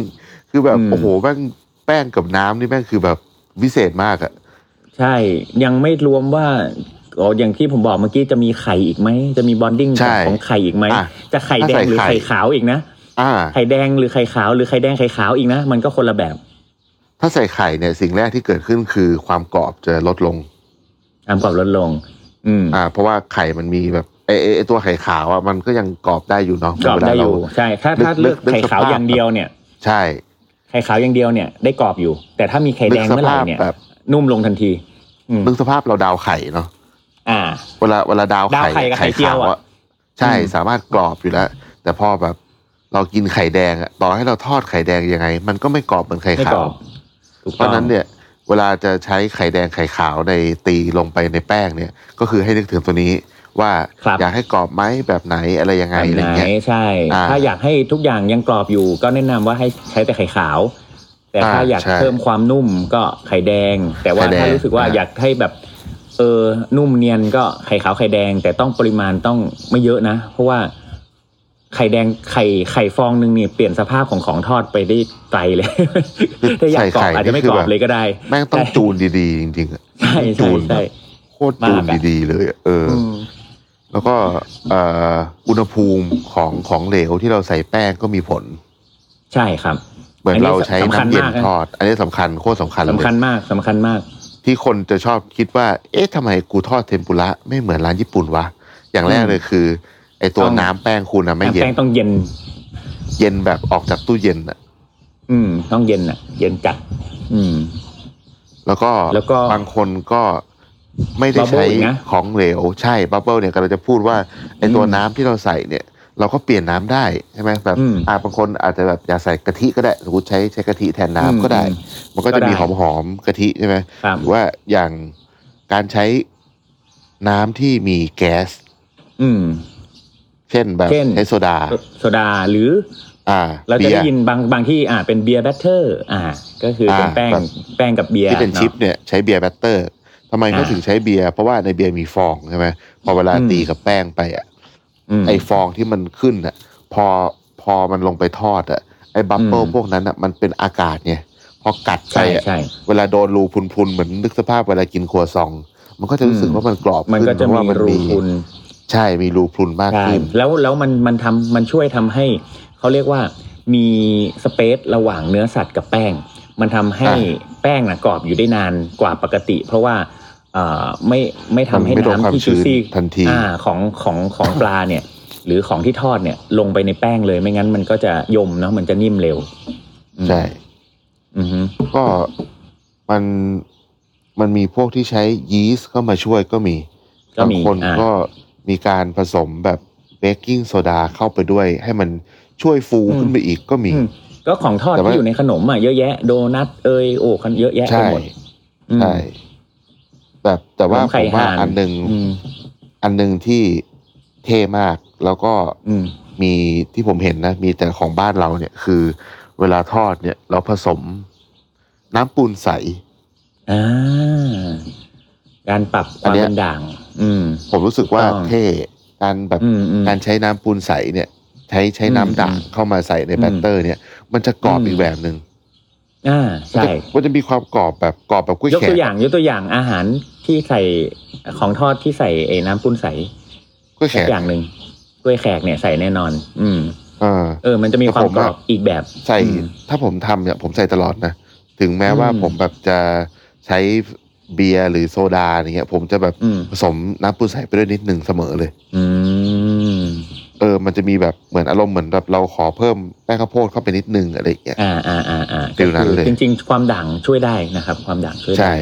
Speaker 4: คือแบบ
Speaker 3: อืม
Speaker 4: โอ้โหแม่งแป้งกับน้ำนี่แม่งคือแบบวิเศษมากอะ
Speaker 3: ใช่ ยังไม่รวมว่าอ๋ออย่างที่ผมบอกเมื่อกี้จะมีไข่อีกไหม จะมีบอนดิ้ง
Speaker 4: ใช่
Speaker 3: ของไข่อีกไหม
Speaker 4: อ่ะ
Speaker 3: จะไข่แดงหรือ
Speaker 4: ถ้าใส่ไข่
Speaker 3: ไข่ขาวอีกนะ
Speaker 4: อ่า
Speaker 3: ไข่แดงหรือไข่ขาวหรือไข่แดงไข่ขาวอีกนะ มันก็คนละแบบ
Speaker 4: ถ้าใส่ไข่เนี่ยสิ่งแรกที่เกิดขึ้นคือความกรอบจะลดลง
Speaker 3: ตามกรอบลดลง อืม
Speaker 4: อ่า เพราะว่าไข่มันมีแบบไอไอ้ไอตัวไข่ขาวอ่ะมันก็ยังกรอบได้อยู่เนาะ
Speaker 3: กรอบได้อยู่
Speaker 4: เวลาเา
Speaker 3: ใช่ ถ้าถ้า
Speaker 4: นึ
Speaker 3: เลื
Speaker 4: ก
Speaker 3: อก
Speaker 4: นึก
Speaker 3: ไข่ขาว
Speaker 4: สภาพ
Speaker 3: อย่างเดียวเนี่ย
Speaker 4: ใช่
Speaker 3: ไข่ขาวอย่างเดียวเนี่ย ได้กรอบอยู่ แต่ถ้ามีไข่แดง
Speaker 4: นึกส
Speaker 3: เมื่อไหร่
Speaker 4: ภาพ
Speaker 3: เนี่ย
Speaker 4: แบบ
Speaker 3: นุ่มลงทันที อืม
Speaker 4: นึกสภาพเราดาวไข่เนาะ
Speaker 3: อ่า
Speaker 4: เวลาเวลาดาวไข่
Speaker 3: ดาวไข่กับไข่เจียวอะ
Speaker 4: ใช่
Speaker 3: อืม
Speaker 4: สามารถกรอบอยู่แล้ว แต่พอแบบเรากินไข่แดงอะต่อให้เราทอดไข่แดงยังไง มันก็ไม่กรอบเหมือนไข่
Speaker 3: ไม่
Speaker 4: ขาก
Speaker 3: ร
Speaker 4: ว
Speaker 3: อบถูก
Speaker 4: เพ
Speaker 3: ต้อ
Speaker 4: ราะ
Speaker 3: ง
Speaker 4: ฉะนั้นเนี่ยเวลาจะใช้ไข่แดงไข่ขาวในตีลงไปในแป้งเนี่ย ก็คือให้นึกถึงตัวนี้ว่า
Speaker 3: ครับ
Speaker 4: อยากให้กรอบไหมแบบไหนอะไรยังไง
Speaker 3: แบบ
Speaker 4: อะไร
Speaker 3: ไหน
Speaker 4: เงี้ย
Speaker 3: ใช่
Speaker 4: อ่า
Speaker 3: ถ้าอยากให้ทุกอย่างยังกรอบอยู่ ก็แนะนำว่าให้ใช้แต่ไข่ขาว แต่ถ้า
Speaker 4: อ่า
Speaker 3: อยาก
Speaker 4: ใช่
Speaker 3: เพิ่มความนุ่มก็ไข่แดง แต่ว่า
Speaker 4: ไข่แดง
Speaker 3: ถ้ารู้สึกว่า
Speaker 4: อ่า
Speaker 3: อยากให้แบบ เออนุ่มเนียนก็ไข่ขาวไข่แดง แต่ต้องปริมาณต้องไม่เยอะนะ เพราะว่าไข่แดงไข่ไข่ฟองหนึ่งเนี่ยเปลี่ยนสภาพของของทอดไปได้ไกลเลย ถ้าอยากกรอบอาจจะไม่กรอบเลยก็ได้
Speaker 4: แม่งต้อง
Speaker 3: ใช่
Speaker 4: จูนดีๆ จริงๆอะ
Speaker 3: ใช่
Speaker 4: จู
Speaker 3: ใช่
Speaker 4: น
Speaker 3: ใช่
Speaker 4: โคตรจูน
Speaker 3: มากอะ
Speaker 4: ดีๆ เลยอะเอออ
Speaker 3: อืม
Speaker 4: แล้วก็เอ่ออุณหภูมิของของเหลวที่เราใส่แป้งก็มีผล
Speaker 3: ใช่ครับ
Speaker 4: เหมือน
Speaker 3: อันนี้
Speaker 4: เราใช้
Speaker 3: สำคัญ
Speaker 4: น้ำเย็น
Speaker 3: มากนะ
Speaker 4: ทอด อันนี้สำคัญโคตรสำคัญเล
Speaker 3: สำคัญ
Speaker 4: ย
Speaker 3: มากสำคัญมาก
Speaker 4: ที่คนจะชอบคิดว่า เอ๊ะทำไมกูทอดเทมปุระไม่เหมือนร้านญี่ปุ่นวะ อย่างแรกเลยคือไอตัว
Speaker 3: ต้อง
Speaker 4: น้ำแป้งคุณอะไม่เย็น
Speaker 3: แป้งต้องเย็น
Speaker 4: เย็นแบบออกจากตู้เย็นอะ
Speaker 3: อืม ต้องเย็นอ่ะ เย็นจัด อืม
Speaker 4: แล้วก็
Speaker 3: แล้วก็
Speaker 4: บางคนก็ไม่ได้ใช้
Speaker 3: bubble อีกนะ
Speaker 4: ของเหลว ใช่บับเบิลเนี่ยกำลังจะพูดว่าไอตัวน้ำที่เราใส่เนี่ย เราก็เปลี่ยนน้ำได้ใช่ไหมแบบ
Speaker 3: อืม
Speaker 4: อ่าบางคนอาจจะแบบอยากใส่กะทิก็ได้สมมติใช้ใช้กะทิแทนน้ำก็ได้
Speaker 3: อืม
Speaker 4: มันก็จะมี
Speaker 3: ก็
Speaker 4: ห
Speaker 3: ได้
Speaker 4: อมๆกะทิใช่ไหม
Speaker 3: ครับ
Speaker 4: หรือว่าอย่างการใช้น้ำที่มีแก๊ส
Speaker 3: อืม
Speaker 4: เช่นแบบ
Speaker 3: เช่น
Speaker 4: ใช้โซดา
Speaker 3: โซดาหรือ
Speaker 4: อ่า
Speaker 3: เราจะ
Speaker 4: บีย
Speaker 3: ได้ยินบางบางที่อ่าเป็นเบียร์แบตเตอร์ อ่า ก็คือเป็นแป้งแป้งกับเบียร์
Speaker 4: ที่เป็น
Speaker 3: อะ
Speaker 4: ชิปเนี่ยใช้เบียร์แบตเตอร์ทำไมเขา
Speaker 3: อ่า
Speaker 4: ถึงใช้เบียร์เพราะว่าในเบียร์มีฟองใช่ไหมพอเวลา
Speaker 3: อืม
Speaker 4: ตีกับแป้งไปอ่ะ
Speaker 3: ม
Speaker 4: ไอฟองที่มันขึ้นอ่ะ พอพอมันลงไปทอดอ่ะไอบับเบิล
Speaker 3: อืม
Speaker 4: พวกนั้นอ่ะมันเป็นอากาศไงพอ อกัดไป
Speaker 3: ใช่
Speaker 4: อะ
Speaker 3: ใช่
Speaker 4: เวลาโดนรูพุนๆเหมือนนึกสภาพเวลากินครัวซอง มันก็จะรู้สึก
Speaker 3: อืม
Speaker 4: ว่ามันกรอบ
Speaker 3: มัน
Speaker 4: ขึ้น
Speaker 3: ก็จะ
Speaker 4: เพ
Speaker 3: มี
Speaker 4: ราะว่ามัน
Speaker 3: รู
Speaker 4: มี
Speaker 3: คุณ
Speaker 4: ใช่มีรูพุนมาก
Speaker 3: ใช่
Speaker 4: ขึ้น
Speaker 3: แล้วแล้วมันมันทำมันช่วยทำให้เขาเรียกว่ามีสเปซระหว่างเนื้อสัตว์กับแป้ง มันทำให้
Speaker 4: อ่
Speaker 3: แป้งนะกรอบอยู่ได้นานกว่าปกติ เพราะว่าเอ่อไม่ไม่ทำให้
Speaker 4: มันไม่โดนควา
Speaker 3: น้ำ
Speaker 4: ม
Speaker 3: ที่
Speaker 4: ชื้
Speaker 3: ชู
Speaker 4: น
Speaker 3: ซี่
Speaker 4: ทันที
Speaker 3: อ่าของของของปลาเนี่ย หรือของที่ทอดเนี่ย ลงไปในแป้งเลยไม่งั้นมันก็จะยมเนาะมันจะนิ่มเร็วอืม
Speaker 4: ใช่
Speaker 3: อือฮึ
Speaker 4: ก็มันมันมีพวกที่ใช้ยีสต์เข้ามาช่วยก็มี
Speaker 3: ก็
Speaker 4: บาง
Speaker 3: มี
Speaker 4: คน
Speaker 3: อ่า
Speaker 4: ก็มีการผสมแบบเบกกิ้งโซดาเข้าไปด้วย ให้มันช่วยฟู
Speaker 3: อืม
Speaker 4: ขึ้นไปอีกก็มี
Speaker 3: อืมก็ของทอด
Speaker 4: แต่ว่า
Speaker 3: ที่อยู่ในขนมอ่ะเยอะแยะโดนัทเอยโอ้เยอะแยะไป
Speaker 4: ใช่
Speaker 3: หมดอืม
Speaker 4: ใช่แบบแต่ว่า
Speaker 3: ขนม
Speaker 4: ผ
Speaker 3: ไข่
Speaker 4: มว่า
Speaker 3: ห่าน
Speaker 4: อันหนึ่ง
Speaker 3: อืม
Speaker 4: อันหนึ่งที่เท่มาก แล้วก็
Speaker 3: อืม
Speaker 4: มีที่ผมเห็นนะ มีแต่ของบ้านเราเนี่ย คือเวลาทอดเนี่ย เราผสมน้ำปูนใส
Speaker 3: อ่าการปรับค
Speaker 4: อัน
Speaker 3: วาม
Speaker 4: เนี้ย
Speaker 3: เป็นด่าง อืม
Speaker 4: ผมรู้สึกว่า
Speaker 3: อ่า
Speaker 4: เท่การแบบ
Speaker 3: อืมอืม
Speaker 4: การใช้น้ำปูนใสเนี่ย ใช้ใช้น้ำ
Speaker 3: อืม
Speaker 4: ด่างเข้ามาใส่ใน
Speaker 3: อืม
Speaker 4: แบตเตอร์เนี่ย มันจะกรอบ
Speaker 3: อืม
Speaker 4: อีกแบบหนึ่ง
Speaker 3: อ่าใช่
Speaker 4: มันจะมันจะมีความกรอบแบบกรอบแบบกล้วย
Speaker 3: ยก
Speaker 4: แข
Speaker 3: ตั
Speaker 4: ก
Speaker 3: วอย่างยกตัวอย่างอาหารที่ใส่ของทอดที่ใส่ไอ้น้ำปุ้นใส
Speaker 4: กล้วยแข
Speaker 3: สัก
Speaker 4: ก
Speaker 3: อย่างหนึ่งกล้วยแขกเนี่ยใส่แน่นอน อืม
Speaker 4: เออ
Speaker 3: เออ มันจะมี
Speaker 4: แต่
Speaker 3: ความ
Speaker 4: ผม
Speaker 3: กร
Speaker 4: ว่า
Speaker 3: อบอีกแบบ
Speaker 4: ใส่
Speaker 3: อืม
Speaker 4: ถ้าผมทำเนี่ย ผมใส่ตลอดนะ ถึงแม้
Speaker 3: อืม
Speaker 4: ว่าผมแบบจะใช้เบียร์หรือโซดาอย่างเงี้ย ผมจะแบบ
Speaker 3: อืม
Speaker 4: ผสมน้ำปูนใสไปด้วยนิดหนึ่งเสมอเลย
Speaker 3: อืม
Speaker 4: เออ มันจะมีแบบเหมือนอารมณ์เหมือนแบบเราขอเพิ่มแป้งข้าวโพดเข้าไปนิดนึงอะไรอย่างเงี้ย
Speaker 3: อ่าอ่าอ่าอ่า
Speaker 4: ฟิลนั้นเลย
Speaker 3: จริง ๆ ความด่างช่วยได้นะครับ ความด่างช่วยได้
Speaker 4: ใช่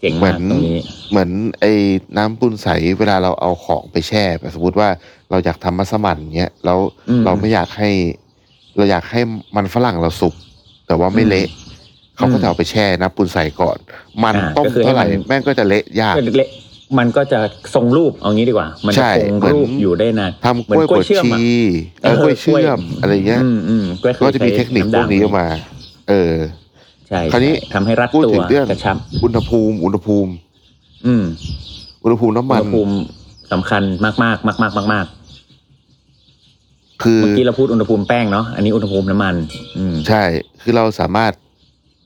Speaker 3: เจ๋ง
Speaker 4: เหมื
Speaker 3: มา
Speaker 4: อก น
Speaker 3: ตรงนี้
Speaker 4: เหมือนไอ้น้ำปูนใสเวลาเราเอาของไปแช่แบบสมมติว่าเราอยากทำมัสมั่นเงี้ยแล้ว
Speaker 3: อืม
Speaker 4: เราไม่อยากให้ เราอยากให้มันฝรั่งเราสุก แต่ว่าไม่เละเขาก็จะเอาไปแช่น้ำปูนใสก่อน มัน
Speaker 3: อ่า
Speaker 4: ต้ม
Speaker 3: ก็คือให้
Speaker 4: เท่าไหร่
Speaker 3: มัน
Speaker 4: แม่งก็จะเละยาก
Speaker 3: ก็เละมันก็จะทรงรูปเอางี้ดีกว่า มันจะ
Speaker 4: ใช่
Speaker 3: คงรูป
Speaker 4: เหมือน
Speaker 3: อยู่ได้นาน
Speaker 4: ทำกล้วย
Speaker 3: เหมือนกล้
Speaker 4: บ
Speaker 3: ว
Speaker 4: วย ช
Speaker 3: เชื่อม
Speaker 4: ชี
Speaker 3: อะ
Speaker 4: เออกล้วยเชื่อมอะไรเงี้ย
Speaker 3: อืมอืมก็คือ
Speaker 4: ก็จะมีเทคนิคพวกนี้ออกมา เออ
Speaker 3: ใช่
Speaker 4: คราวนี้
Speaker 3: ใช่ทำให้รัด
Speaker 4: พูด
Speaker 3: ตัว
Speaker 4: ถึงเรื่อง
Speaker 3: กระชับ
Speaker 4: อุณหภูมิอุณหภูมิ
Speaker 3: อืม
Speaker 4: อุณหภูมิน้ำ
Speaker 3: อุ
Speaker 4: มั
Speaker 3: ณ
Speaker 4: น
Speaker 3: หภูมิสำคัญมากมากมากมากมากมาก
Speaker 4: คือ
Speaker 3: เมื่อกี้เราพูดอุณหภูมิแป้งเนาะอันนี้อุณหภูมิน้ำมัน อืม
Speaker 4: ใช่ คือเราสามารถ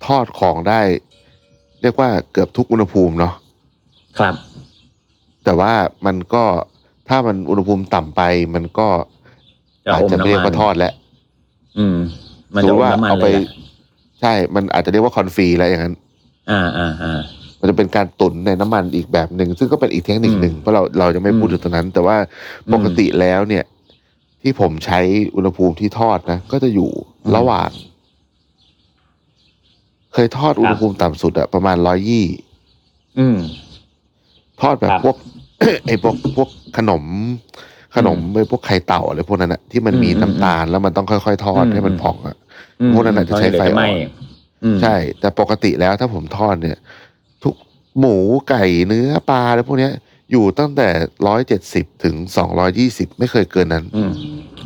Speaker 4: ทอดของได้ เรียกว่าเกือบทุกอุณหภูมิเนาะ
Speaker 3: ครับ
Speaker 4: แต่ว่ามันก็ถ้ามันอุณหภูมิต่ำไป มันก็
Speaker 3: จะอม
Speaker 4: อาจจะไม่เรียกว่า
Speaker 3: น้ำมัน
Speaker 4: ทอดแล้ว
Speaker 3: อืม มัน
Speaker 4: ส
Speaker 3: จะ
Speaker 4: ติ
Speaker 3: อม
Speaker 4: ว่า
Speaker 3: น้ำมัน
Speaker 4: เอา
Speaker 3: เล
Speaker 4: ไป
Speaker 3: ยแหละ
Speaker 4: ใช่ มันอาจจะเรียกว่าคอนฟรีแล้วอย่างนั้น
Speaker 3: อ่าอ่าอ่า
Speaker 4: มันจะเป็นการตุนในน้ำมันอีกแบบหนึ่ง ซึ่งก็เป็นอีกเทคนิคหนึ่งเพราะเราเราจะไม่พูด
Speaker 3: อืม
Speaker 4: ถึงตรงนั้น แต่ว่าปกติแล้วเนี่ย ที่ผมใช้อุณหภูมิที่ทอดนะ ก็จะอยู่
Speaker 3: อืม
Speaker 4: ระหว่าง เคยทอดอุณหภูมิต่ำสุดอะประมาณร้อยยี่
Speaker 3: อืม
Speaker 4: ทอดแบบ
Speaker 3: ครับ
Speaker 4: พวก ไอ้พวกพวกขนม ขนมไอ้พวกไข่เต่าอะไรพวกนั้นอะที่มัน
Speaker 3: อืม
Speaker 4: มี
Speaker 3: อืม
Speaker 4: น้ำตาลแล้วมันต้องค่อยๆ ทอด
Speaker 3: อืม
Speaker 4: ให้มันพองอะ
Speaker 3: อืม
Speaker 4: พวกนั้นอาจจะใช้ไฟอ่อน
Speaker 3: เดี๋ยวหมอืม
Speaker 4: ใช่ แต่ปกติแล้วถ้าผมทอดเนี่ย ทุกหมูไก่เนื้อปลาอะไรพวกเนี้ย อยู่ตั้งแต่ร้อยเจ็ดสิบถึงสองร้อยยี่สิบไม่เคยเกินนั้น
Speaker 3: อืม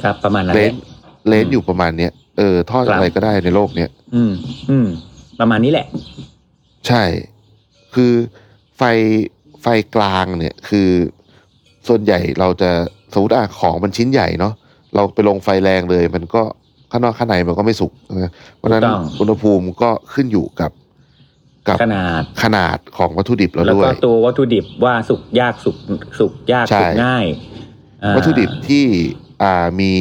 Speaker 3: ครับ ประมาณนั้น
Speaker 4: เล
Speaker 3: แห
Speaker 4: น
Speaker 3: ละ
Speaker 4: เลนอยู่ประมาณเนี้ยเออทอด
Speaker 3: ครับ
Speaker 4: อะไรก็ได้ในโลกเนี้ย
Speaker 3: อืม อืม ประมาณนี้แหละ
Speaker 4: ใช่ คือไฟไฟกลางเนี่ยคือส่วนใหญ่เราจะสมมติอ่ะของมันชิ้นใหญ่เนาะเราไปลงไฟแรงเลย มันก็ข้างนอกข้างในมันก็ไม่สุกนะเพราะฉะนั้น
Speaker 3: ถูกต้อง
Speaker 4: อุณหภูมิก็ขึ้นอยู่กับกับ
Speaker 3: ขนาด
Speaker 4: ขนาดของวัตถุดิบเรา
Speaker 3: แล้ว
Speaker 4: ด้วย
Speaker 3: ก็ตัววัตถุดิบว่าสุกยากสุกสุกยาก
Speaker 4: ใช่
Speaker 3: สุกง่ายอ่า
Speaker 4: วัตถุดิบที่อ่ามี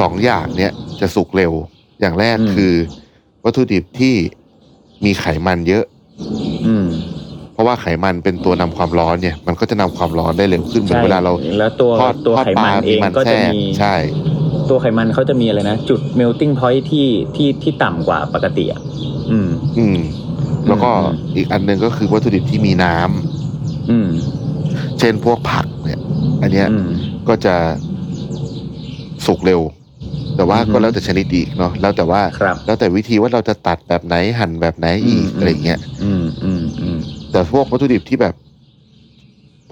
Speaker 4: สองอย่างเนี้ยจะสุกเร็ว อย่างแรกคืออวัตถุดิบที่มีไขมันเยอะ
Speaker 3: อืม
Speaker 4: เพราะว่าไขมันเป็นตัวนำความร้อนเนี่ย มันก็จะนำความร้อนได้เร็วขึ้นเหมือนเวลาเรา
Speaker 3: แล้วตัว
Speaker 4: ทอด
Speaker 3: ตัว
Speaker 4: ทอด
Speaker 3: ไข
Speaker 4: ปลา
Speaker 3: มันเอง
Speaker 4: มัน
Speaker 3: ก็
Speaker 4: แทร
Speaker 3: จะ
Speaker 4: ก
Speaker 3: มี
Speaker 4: ใช่
Speaker 3: ตัวไขมันเขาจะมีอะไรนะ จุด melting point ที่ที่ที่ต่ำกว่าปกติอ่ะอืม
Speaker 4: อืม แล้วก็
Speaker 3: อืม
Speaker 4: อีกอันหนึงก็คือวัตถุดิบที่มีน้ำ
Speaker 3: อืม
Speaker 4: เช่นพวกผักเนี่ย อันเนี้ย
Speaker 3: อืม
Speaker 4: ก็จะสุกเร็ว แต่ว่า
Speaker 3: อือฮึ
Speaker 4: ก็แล้วแต่ชนิดอีกเนาะแล้วแต่ว่า
Speaker 3: ครับ
Speaker 4: แล้วแต่วิธีว่าเราจะตัดแบบไหนหั่นแบบไหนอีก
Speaker 3: อืม
Speaker 4: อะไรเงี้ย
Speaker 3: อืมอืมอืม
Speaker 4: แต่พวกวัตถุดิบที่แบบ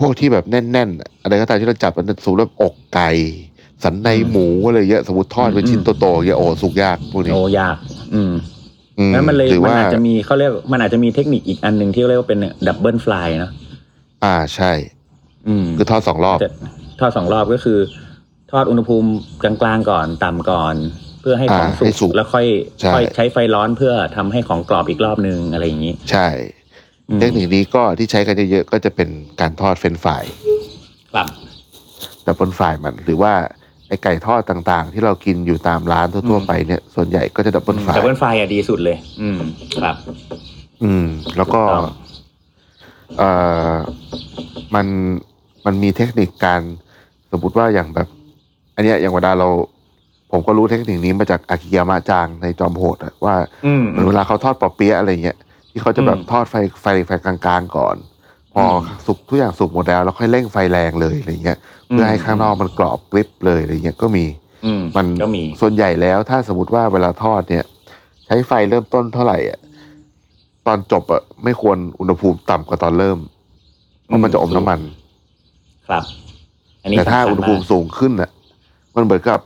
Speaker 4: พวกที่แบบแน่นๆอะอะไรก็ตามที่เราจับมันสมมติว่าอกไก่ สันในหมูอะไรเงี้ยสมมติทอดเป็นชิ้นโตๆเงี้ยโอ้สุกยากพวกนี้
Speaker 3: โอยาก อืม
Speaker 4: อื
Speaker 3: นั้นมันเลย
Speaker 4: หรือ
Speaker 3: มัน
Speaker 4: ว่า
Speaker 3: อาจจะมีเขาเรียกมันอาจจะมีเทคนิคอีกอันหนึ่งที่เรียกว่าเป็นดับเบิลฟลายนะ
Speaker 4: อ่าใช่
Speaker 3: อืม
Speaker 4: คือทอดสองรอบ
Speaker 3: จะทอดสองรอบก็คือ ทอดอุณหภูมิกลางๆก่อนต่ำก่อน เพื่อให้ของ
Speaker 4: อ่า
Speaker 3: สุ
Speaker 4: ให้
Speaker 3: ก
Speaker 4: สุก
Speaker 3: แล้วค่อย
Speaker 4: ใช่
Speaker 3: ค่อยใช้ไฟร้อนเพื่อทำให้ของกรอบอีกรอบนึงอะไรอย่างนี้
Speaker 4: ใช่
Speaker 3: อืม
Speaker 4: เทคนิคนี้ก็ที่ใช้กันเยอะๆก็จะเป็นการทอดเฟรนช์ฟราย
Speaker 3: ครับ
Speaker 4: แบบบนฝ่ายมันหรือว่าไอไก่ทอดต่างๆ ที่เรากินอยู่ตามร้านทั่วๆไปเนี่ยส่วนใหญ่ก็จะดับเบิลฝ่าย
Speaker 3: แต่เบิลไฟอะดีสุดเลย อืมครับ
Speaker 4: อืม แล้วก็
Speaker 3: ถูกต้อง
Speaker 4: เอ่อมันมันมีเทคนิคการสมมติว่าอย่างแบบ อันเนี้ยอย่างเวลาเรา ผมก็รู้เทคนิคนี้มาจากอากิยามะจางในจอมโหดอะว่า
Speaker 3: อืม
Speaker 4: เหมือนเวลาเขาทอดปอเปี๊ยะอะไรเงี้ยที่เขาจะแบบ
Speaker 3: อืม
Speaker 4: ทอดไฟไฟไฟกลางๆก่อน พออ
Speaker 3: ม
Speaker 4: สุกทุกอย่างสุกหมดแล้วแล้วค่อยเร่งไฟแรงเลยอะไรเงี้ยเพื่อให้ข้างนอกมันกรอบกริบเลยอะไรเงี้ยก็มี
Speaker 3: อืม
Speaker 4: มัน
Speaker 3: ก็มี
Speaker 4: ส่วนใหญ่แล้วถ้าสมมติว่าเวลาทอดเนี่ย ใช้ไฟเริ่มต้นเท่าไหร่อ่ะตอนจบอ่ะไม่ควรอุณหภูมิต่ำกว่าตอนเริ่มเพ
Speaker 3: อืม
Speaker 4: ราะมันจะอมน้ำมัน
Speaker 3: ครับ อันนี้
Speaker 4: แต่ถ้า
Speaker 3: สำคั
Speaker 4: อุ
Speaker 3: ญ
Speaker 4: ณหภูมิสูงขึ้นอ่ะ มันเหมือนกับ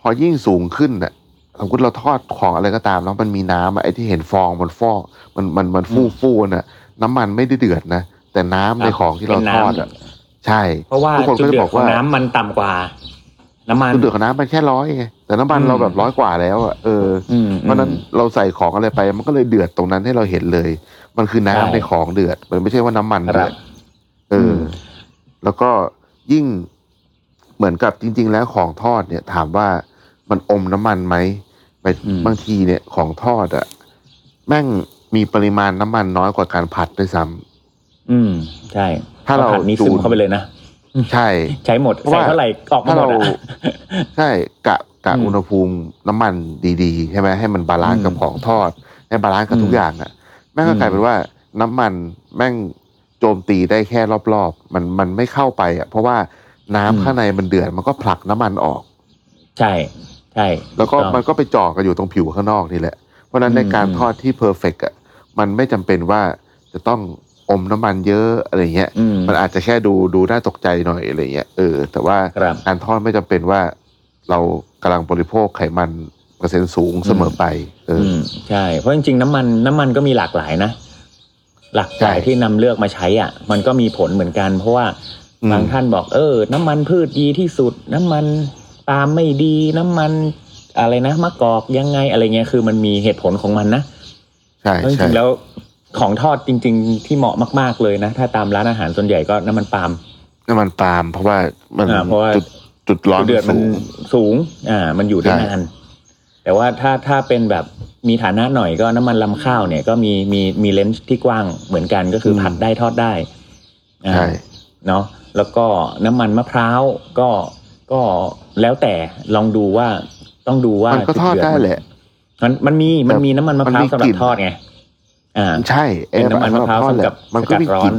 Speaker 4: พอยิ่งสูงขึ้นอ่ะสมมติเราทอดของอะไรก็ตาม แล้วมันมีน้ำอะไอ้ที่เห็นฟองมันฟอกมันมันมันฟูฟูๆน่ะ น้ำมันไม่ได้เดือดนะแต่น้ำ
Speaker 3: ค
Speaker 4: ใน
Speaker 3: บ
Speaker 4: ของที่เรา
Speaker 3: ป็น
Speaker 4: ท
Speaker 3: น้ำ
Speaker 4: อดอ่ะ ใช่
Speaker 3: เพราะว่า
Speaker 4: ทุกคน
Speaker 3: จุด
Speaker 4: ก็จะ
Speaker 3: เดือด
Speaker 4: บอก
Speaker 3: ของ
Speaker 4: ว่า
Speaker 3: น้ำมันต่ำกว่า น้ำมัน
Speaker 4: คือเดือดของน้ำมันแค่ร้อยไงแต่น้ำมันเราแบบ
Speaker 3: อืม
Speaker 4: ร้อยกว่าแล้วอ่ะเออ
Speaker 3: อืม
Speaker 4: เพราะฉะนั้น
Speaker 3: อืม
Speaker 4: เราใส่ของอะไรไป มันก็เลยเดือดตรงนั้นให้เราเห็นเลย มันคือน้ำ
Speaker 3: ใช่
Speaker 4: ในของเดือด มันไม่ใช่ว่าน้ำมัน
Speaker 3: ครับ
Speaker 4: เดือดเอออ
Speaker 3: ม
Speaker 4: แล้วก็ยิ่งเหมือนกับจริง ๆ แล้วของทอดเนี่ยถามว่ามันอมน้ำมันไหมไปบางทีเนี่ยของทอดอะแม่งมีปริมาณน้ำมันน้อยกว่าการผัดด้วยซ้ำ
Speaker 3: อืม ใช่
Speaker 4: ถ้าเรา
Speaker 3: ผัดนี้
Speaker 4: จูน
Speaker 3: ซึมเข้าไปเลยนะ
Speaker 4: ใช่
Speaker 3: ใช้หมด
Speaker 4: เพราะ
Speaker 3: ใส่
Speaker 4: ว่า
Speaker 3: เท่าไหร่ออกมา
Speaker 4: ถ้า
Speaker 3: หม
Speaker 4: เรา
Speaker 3: ดอะ
Speaker 4: ใช่กะกะ
Speaker 3: อืม
Speaker 4: อุณหภูมิน้ำมันดีๆใช่ไหมให้มันบาลานซ์กับ
Speaker 3: อืม
Speaker 4: ของทอด ให้บาลานซ์กับทุ
Speaker 3: อื
Speaker 4: ก
Speaker 3: ม
Speaker 4: อย่างอ่ะ แม่งก็
Speaker 3: อืม
Speaker 4: กลายเป็นว่าน้ำมันแม่งโจมตีได้แค่รอบๆ มันมันไม่เข้าไปอ่ะเพราะว่าน้ำข้างในมันเดือดมันก็ผลักน้ำมันออก
Speaker 3: ใช่ ใช่
Speaker 4: แล้วก็
Speaker 3: ถูต้อง
Speaker 4: มันก็ไปจ่อกันอยู่ตรงผิวข้างนอกนี่แหละ เพราะฉะนั้น
Speaker 3: อืม
Speaker 4: ในการ
Speaker 3: อืม
Speaker 4: ทอดที่เพอร์เฟกอ่ะมันไม่จำเป็นว่าจะต้องอมน้ำมันเยอะอะไรเงี้ย
Speaker 3: อืม
Speaker 4: มันอาจจะแค่ดูดูน่าตกใจหน่อยอะไรเงี้ยเออแต่ว่า
Speaker 3: ครับ
Speaker 4: การทอดไม่จำเป็นว่า เรากำลังบริโภคไขมันเปอร์เซ็นต์สูงเสมอไป เออ
Speaker 3: อื
Speaker 4: อ
Speaker 3: มใช่ เพราะจริงๆน้ำมันน้ำมันก็มีหลากหลายนะ หลากหลาย
Speaker 4: ใช่
Speaker 3: ที่นำเลือกมาใช้อ่ะ มันก็มีผลเหมือนกัน เพราะว่า
Speaker 4: อืม
Speaker 3: บางท่านบอกเออ น้ำมันพืชดีที่สุด น้ำมันปาล์มไม่ดี น้ำมันอะไรนะมะกอกยังไงอะไรเงี้ยคือมันมีเหตุผลของมันนะ
Speaker 4: ใช่
Speaker 3: เพราะจ
Speaker 4: ใช่
Speaker 3: ริงๆแล้วของทอดจริง ๆ ที่เหมาะมากๆเลยนะ ถ้าตามร้านอาหารส่วนใหญ่ก็น้ำมันปาล์ม
Speaker 4: น้ำมันปาล์มเพราะว่ามัน
Speaker 3: อ่าเพราะว่า
Speaker 4: จุดจุดร้อน
Speaker 3: จุดเดือดมัน
Speaker 4: สูง
Speaker 3: สูง อ่า มันอยู่ได้
Speaker 4: ใช่
Speaker 3: นาน แต่ว่าถ้าถ้าเป็นแบบมีฐานะหน่อยก็น้ำมันลำข้าวเนี่ยก็มีมีมีเลนส์ที่กว้างเหมือนกันก็คืออผัดได้ทอดได้อ่า
Speaker 4: ใช่
Speaker 3: เนาะแล้วก็น้ำมันมะพร้าวก็ก็แล้วแต่ลองดูว่าต้องดูว่า
Speaker 4: มันก็ทอดได้แหละ
Speaker 3: มันมันมีมันมีน้ำมันมะพร้าว
Speaker 4: มันมี
Speaker 3: สำหรั
Speaker 4: กลิ่
Speaker 3: บ
Speaker 4: น
Speaker 3: ทอดไงอ่า
Speaker 4: ใช่เอ
Speaker 3: เป็นน้ำมัน
Speaker 4: ไอ้
Speaker 3: มะพร้าว
Speaker 4: ทอดแห
Speaker 3: สำหรั
Speaker 4: ละ
Speaker 3: บ
Speaker 4: มันก็มี
Speaker 3: สกัดร้
Speaker 4: ก
Speaker 3: อ
Speaker 4: ลิ่
Speaker 3: น
Speaker 4: น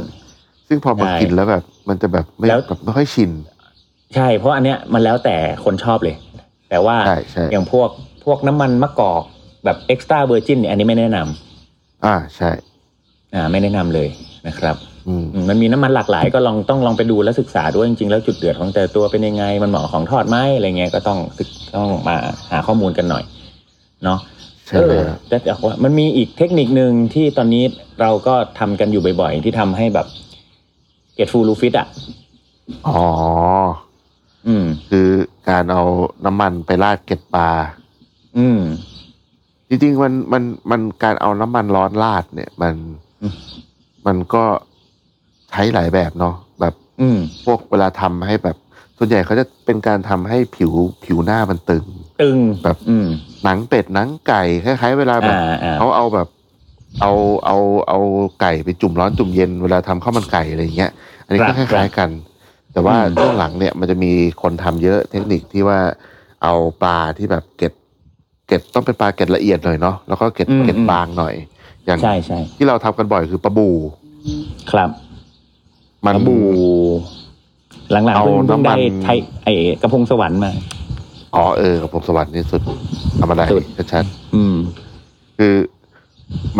Speaker 4: ซึ่งพอมัน
Speaker 3: ใช่
Speaker 4: กินแล้วแบบ มันจะแบบไม่
Speaker 3: แล้ว
Speaker 4: แบบไม่ค่อยชิน
Speaker 3: ใช่ เพราะอันเนี้ยมันแล้วแต่คนชอบเลย แต่ว่า
Speaker 4: ใช่ใช่
Speaker 3: อย่างพวกพวกน้ำมันมะกอกแบบเอ็กซ์ต r ้าเวอร์จินเนี่ยอันนี้ไม่แนะนำ
Speaker 4: อ่าใช่
Speaker 3: อ่าไม่แนะนำเลยนะครับ
Speaker 4: อืม
Speaker 3: อืมมันมีน้ำมันหลากหลายก็ลองต้องลองไปดูและศึกษาด้วยจริงๆ แล้วจุดเดือดของแต่ละตัวเป็นยังไง มันเหมาะของทอดไหมอะไรเงี้ยก็ต้องศึกต้องมาหาข้อมูลกันหน่อยเนาะ
Speaker 4: ใช่
Speaker 3: เออ
Speaker 4: แล้ว
Speaker 3: แต่บอกว่ามันมีอีกเทคนิคหนึ่งที่ตอนนี้เราก็ทำกันอยู่บ่อยๆ ที่ทำให้แบบเกตฟูลูฟิตอ่ะ
Speaker 4: อ๋อ
Speaker 3: อืม
Speaker 4: คือการเอาน้ำมันไปราดเกล็ดปลา
Speaker 3: อืม
Speaker 4: จริงๆมันมันมันการเอาน้ำมันร้อนราดเนี่ย มัน
Speaker 3: อืม
Speaker 4: มันก็ใช้หลายแบบเนาะแบบ
Speaker 3: อืม
Speaker 4: พวกเวลาทำให้แบบ ส่วนใหญ่เขาจะเป็นการทำให้ผิวผิวหน้ามันตึง
Speaker 3: ตึง
Speaker 4: แบบ
Speaker 3: อืม
Speaker 4: หนังเป็ดหนังไก่คล้ายๆเวลาแบบ
Speaker 3: อ่าอ่า
Speaker 4: เขาเอาแบบ เอาเอาเอาไก่ไปจุ่มร้อนจุ่มเย็นเวลาทำข้าวมันไก่อะไรอย่างเงี้ย อันนี้ก็คล้ายๆกัน แต่ว่าช่วงหลังเนี่ยมันจะมีคนทำเยอะเทคนิคที่ว่าเอาปลาที่แบบเกล็ดเกล็ดต้องเป็นปลาเกล็ดละเอียดหน่อยเนาะแล้วก็เกล็ดเกล็ดบางหน่อย อย่าง
Speaker 3: ใช่ใช่
Speaker 4: ที่เราทำกันบ่อยคือปลาบู
Speaker 3: ครับ
Speaker 4: มัน
Speaker 3: ปลาบู หลังๆ
Speaker 4: เอา
Speaker 3: เพิ่งเพิ่ง
Speaker 4: น้ำมั
Speaker 3: ได้
Speaker 4: น
Speaker 3: ใช้ไอ้กระพงสวรรค์มา
Speaker 4: อ๋อเออกับผมสวรรค์นี่สุดทำอะไร
Speaker 3: สุด
Speaker 4: ชัด
Speaker 3: อืม
Speaker 4: ๆคือ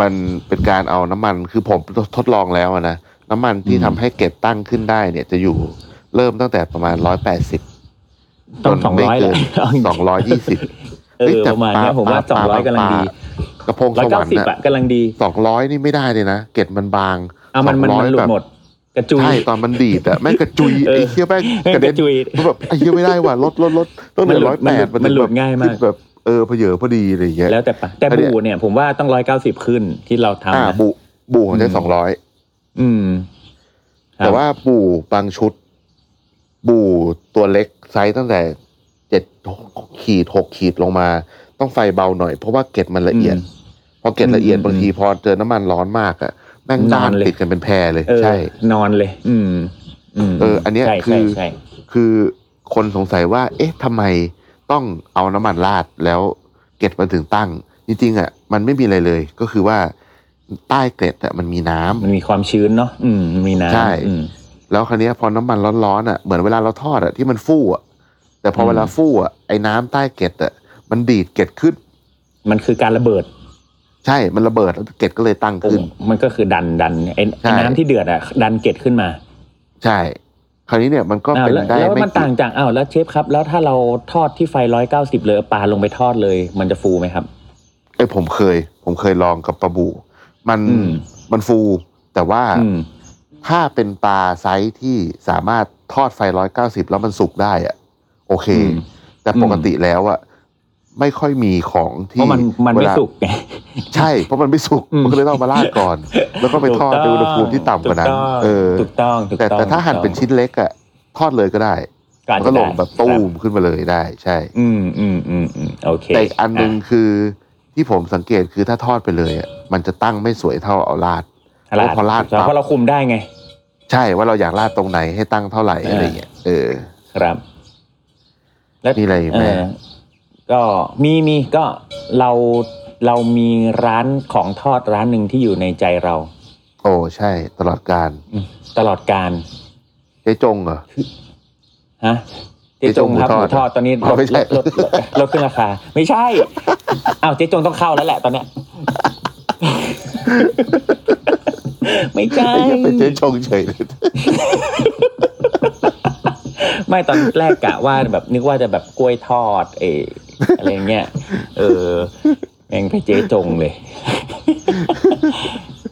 Speaker 4: มันเป็นการเอาน้ำมันคือผมทดลองแล้วอะนะน้ำมันที่
Speaker 3: อืม
Speaker 4: ทำให้เกล็ดตั้งขึ้นได้เนี่ยจะอยู่เริ่มตั้งแต่ประมาณร้อยแปดสิบ
Speaker 3: ต้องสองร้อยแหละ
Speaker 4: สองร้อยยี่สิบ
Speaker 3: เออประมาณเนี้ยผมว่าสองร้อยกำลังดี
Speaker 4: กระพง
Speaker 3: ร้อ
Speaker 4: ส
Speaker 3: ยว
Speaker 4: ร
Speaker 3: เก้าร สิบ
Speaker 4: ค์
Speaker 3: อะกำลังดี
Speaker 4: สองร้อยนี่ไม่ได้เลยนะ เกล็ดมันบาง
Speaker 3: เอามันมันมันหลุดหมด กระจุย
Speaker 4: ใช่ตอนมันดีดอะแม่งกระจุย
Speaker 3: เออ
Speaker 4: ไอ้เหี้ยแม่ง
Speaker 3: แม่ง
Speaker 4: กระเด็น
Speaker 3: กระจุย
Speaker 4: แบบไอ้เหี้ยไม่ได้ว่ะลดลดลดต้องเหลือ
Speaker 3: มันหลุ
Speaker 4: ร้อย
Speaker 3: ด
Speaker 4: แปด
Speaker 3: มันหลุด
Speaker 4: แบบ
Speaker 3: ง่ายมาก
Speaker 4: แบบ เออเพเยอพอดีอะไรอย่างเงี้ย
Speaker 3: แล้วแต่ปะแต่
Speaker 4: อันเนี้
Speaker 3: บู
Speaker 4: ย
Speaker 3: เนี่ย ผมว่าต้องร้อยเก้าสิบขึ้นที่เราทำ
Speaker 4: อ่า
Speaker 3: นะ
Speaker 4: บุบุของใช้สองร้อย
Speaker 3: อืมครับ
Speaker 4: แต่ว่าบู่บางชุด บู่ตัวเล็กไซส์ตั้งแต่เจ็ดขีดหกขีดลงมา ต้องไฟเบาหน่อย เพราะว่าเกล็ดมันละเอียด
Speaker 3: ม
Speaker 4: พอเกล็ดละเอียด
Speaker 3: อืม
Speaker 4: บางทีพอเจอน้ำมันร้อนมากอะแม่งด้าน
Speaker 3: นอนเลย
Speaker 4: ติดกันเป็นแพรเลย
Speaker 3: เออ
Speaker 4: ใช่
Speaker 3: นอนเลย อืม อืม
Speaker 4: เอออันเนี้ย
Speaker 3: ใช่
Speaker 4: คือ
Speaker 3: ใช่ใช่
Speaker 4: คือคนสงสัยว่า เอ๊ะทำไมต้องเอาน้ำมันราดแล้วเกล็ดมันถึงตั้ง จริงๆอะมันไม่มีอะไรเลย ก็คือว่าใต้เกล็ดอะมันมีน้ำ
Speaker 3: มันมีความชื้นเนาะอืมมันมีน้ำ
Speaker 4: ใช่
Speaker 3: อืม
Speaker 4: แล้วคราวเนี้ยพอน้ำมันร้อนๆอ่ะเหมือนเวลาเราทอดอ่ะที่มันฟู่อ่ะแต่พอ
Speaker 3: อืม
Speaker 4: เวลาฟู่อ่ะไอ้น้ำใต้เกล็ดอ่ะมันดีดเกล็ดขึ้น
Speaker 3: มันคือการระเบิด
Speaker 4: ใช่มันระเบิดแล้วเกล็ดก็เลยตั้งขึ้น
Speaker 3: มันก็คือดันดันไอ้
Speaker 4: ใช่
Speaker 3: ไอ้น้ำที่เดือดอะดันเกล็ดขึ้นมา
Speaker 4: ใช่ คราวนี้เนี่ยมันก็
Speaker 3: อ้าว
Speaker 4: เป็น
Speaker 3: แล้ว
Speaker 4: ได้
Speaker 3: แล้ว
Speaker 4: ไม่
Speaker 3: มัน
Speaker 4: กี่
Speaker 3: ต่างจากอ้าวแล้วเชฟครับ แล้วถ้าเราทอดที่ไฟร้อยเก้าสิบเลยเอาปลาลงไปทอดเลย มันจะฟูไหมครับ
Speaker 4: ไอ้ยผมเคย ผมเคยลองกับปลาบูมัน
Speaker 3: อืม
Speaker 4: มันฟูแต่ว่า
Speaker 3: อืม
Speaker 4: ถ้าเป็นปลาไซส์ที่สามารถทอดไฟร้อยเก้าสิบแล้วมันสุกได้อ่ะโอเค
Speaker 3: อืม
Speaker 4: แต่ปกติแล้วอ่ะไม่ค่อยมีของ
Speaker 3: เพ
Speaker 4: ที่
Speaker 3: ราะมันมันไม่
Speaker 4: เวลา
Speaker 3: สุกไง
Speaker 4: ใช่เพราะมันไม่สุก
Speaker 3: อืม
Speaker 4: มันก็เลยต้องเอามาราดก่อน แล้วก็ไปทอดในอุณหภูมิที่ต่ำกว่านั้น
Speaker 3: ถูต้อง
Speaker 4: เออ
Speaker 3: ถูกต้องถูก
Speaker 4: แต่
Speaker 3: ต้อง
Speaker 4: แต่ถ้าหั่นเป็นชิ้นเล็กอะทอดเลยก็ได้
Speaker 3: าร
Speaker 4: มันก็ลงแบบตูมขึ้นมาเลยได้ ใช่
Speaker 3: อืมอืมอืมอืมโอเค
Speaker 4: แต่อีกอันหนึ่งคือที่ผมสังเกตคือถ้าทอดไปเลยอะมันจะตั้งไม่สวยเท่าเอาราด
Speaker 3: อ่ะ
Speaker 4: เพราะพอราดปั๊บ
Speaker 3: เพราะเราคุมได้ไง
Speaker 4: ใช่ว่าเราอยากราดตรงไหนให้ตั้งเท่าไหร่
Speaker 3: เอออ
Speaker 4: อะไรอย่างเงี้ยเออ
Speaker 3: ครับ และ
Speaker 4: มีอะไรอีกไหม
Speaker 3: เก็มีมีก็เราเรามีร้านของทอดร้านหนึ่งที่อยู่ในใจเรา
Speaker 4: โอ้ใช่ ตลอดการ
Speaker 3: อืมตลอดการ
Speaker 4: เจ๊จงเหรอ
Speaker 3: ฮะเจ๊จงครับห
Speaker 4: เจ๊จงหมู
Speaker 3: มู
Speaker 4: ทอด
Speaker 3: ทอดตอนนี้
Speaker 4: อ๋
Speaker 3: ล
Speaker 4: อ
Speaker 3: ด
Speaker 4: ไม่ใช่
Speaker 3: ลดลดลดลดขึ้นราคา ไม่ใช่อ้าวเจ๊จงต้องเข้าแล้วแหละตอนเนี้ย ไม่ใช่
Speaker 4: ไอ้เหี้ยเป็นเจ๊จงเฉยเลย
Speaker 3: ไม่ตอนแรกกะว่าแบบนึกว่าจะแบบกล้วยทอดเอออะไรเงี้ยเออแม่งไปเจ๊จงเลย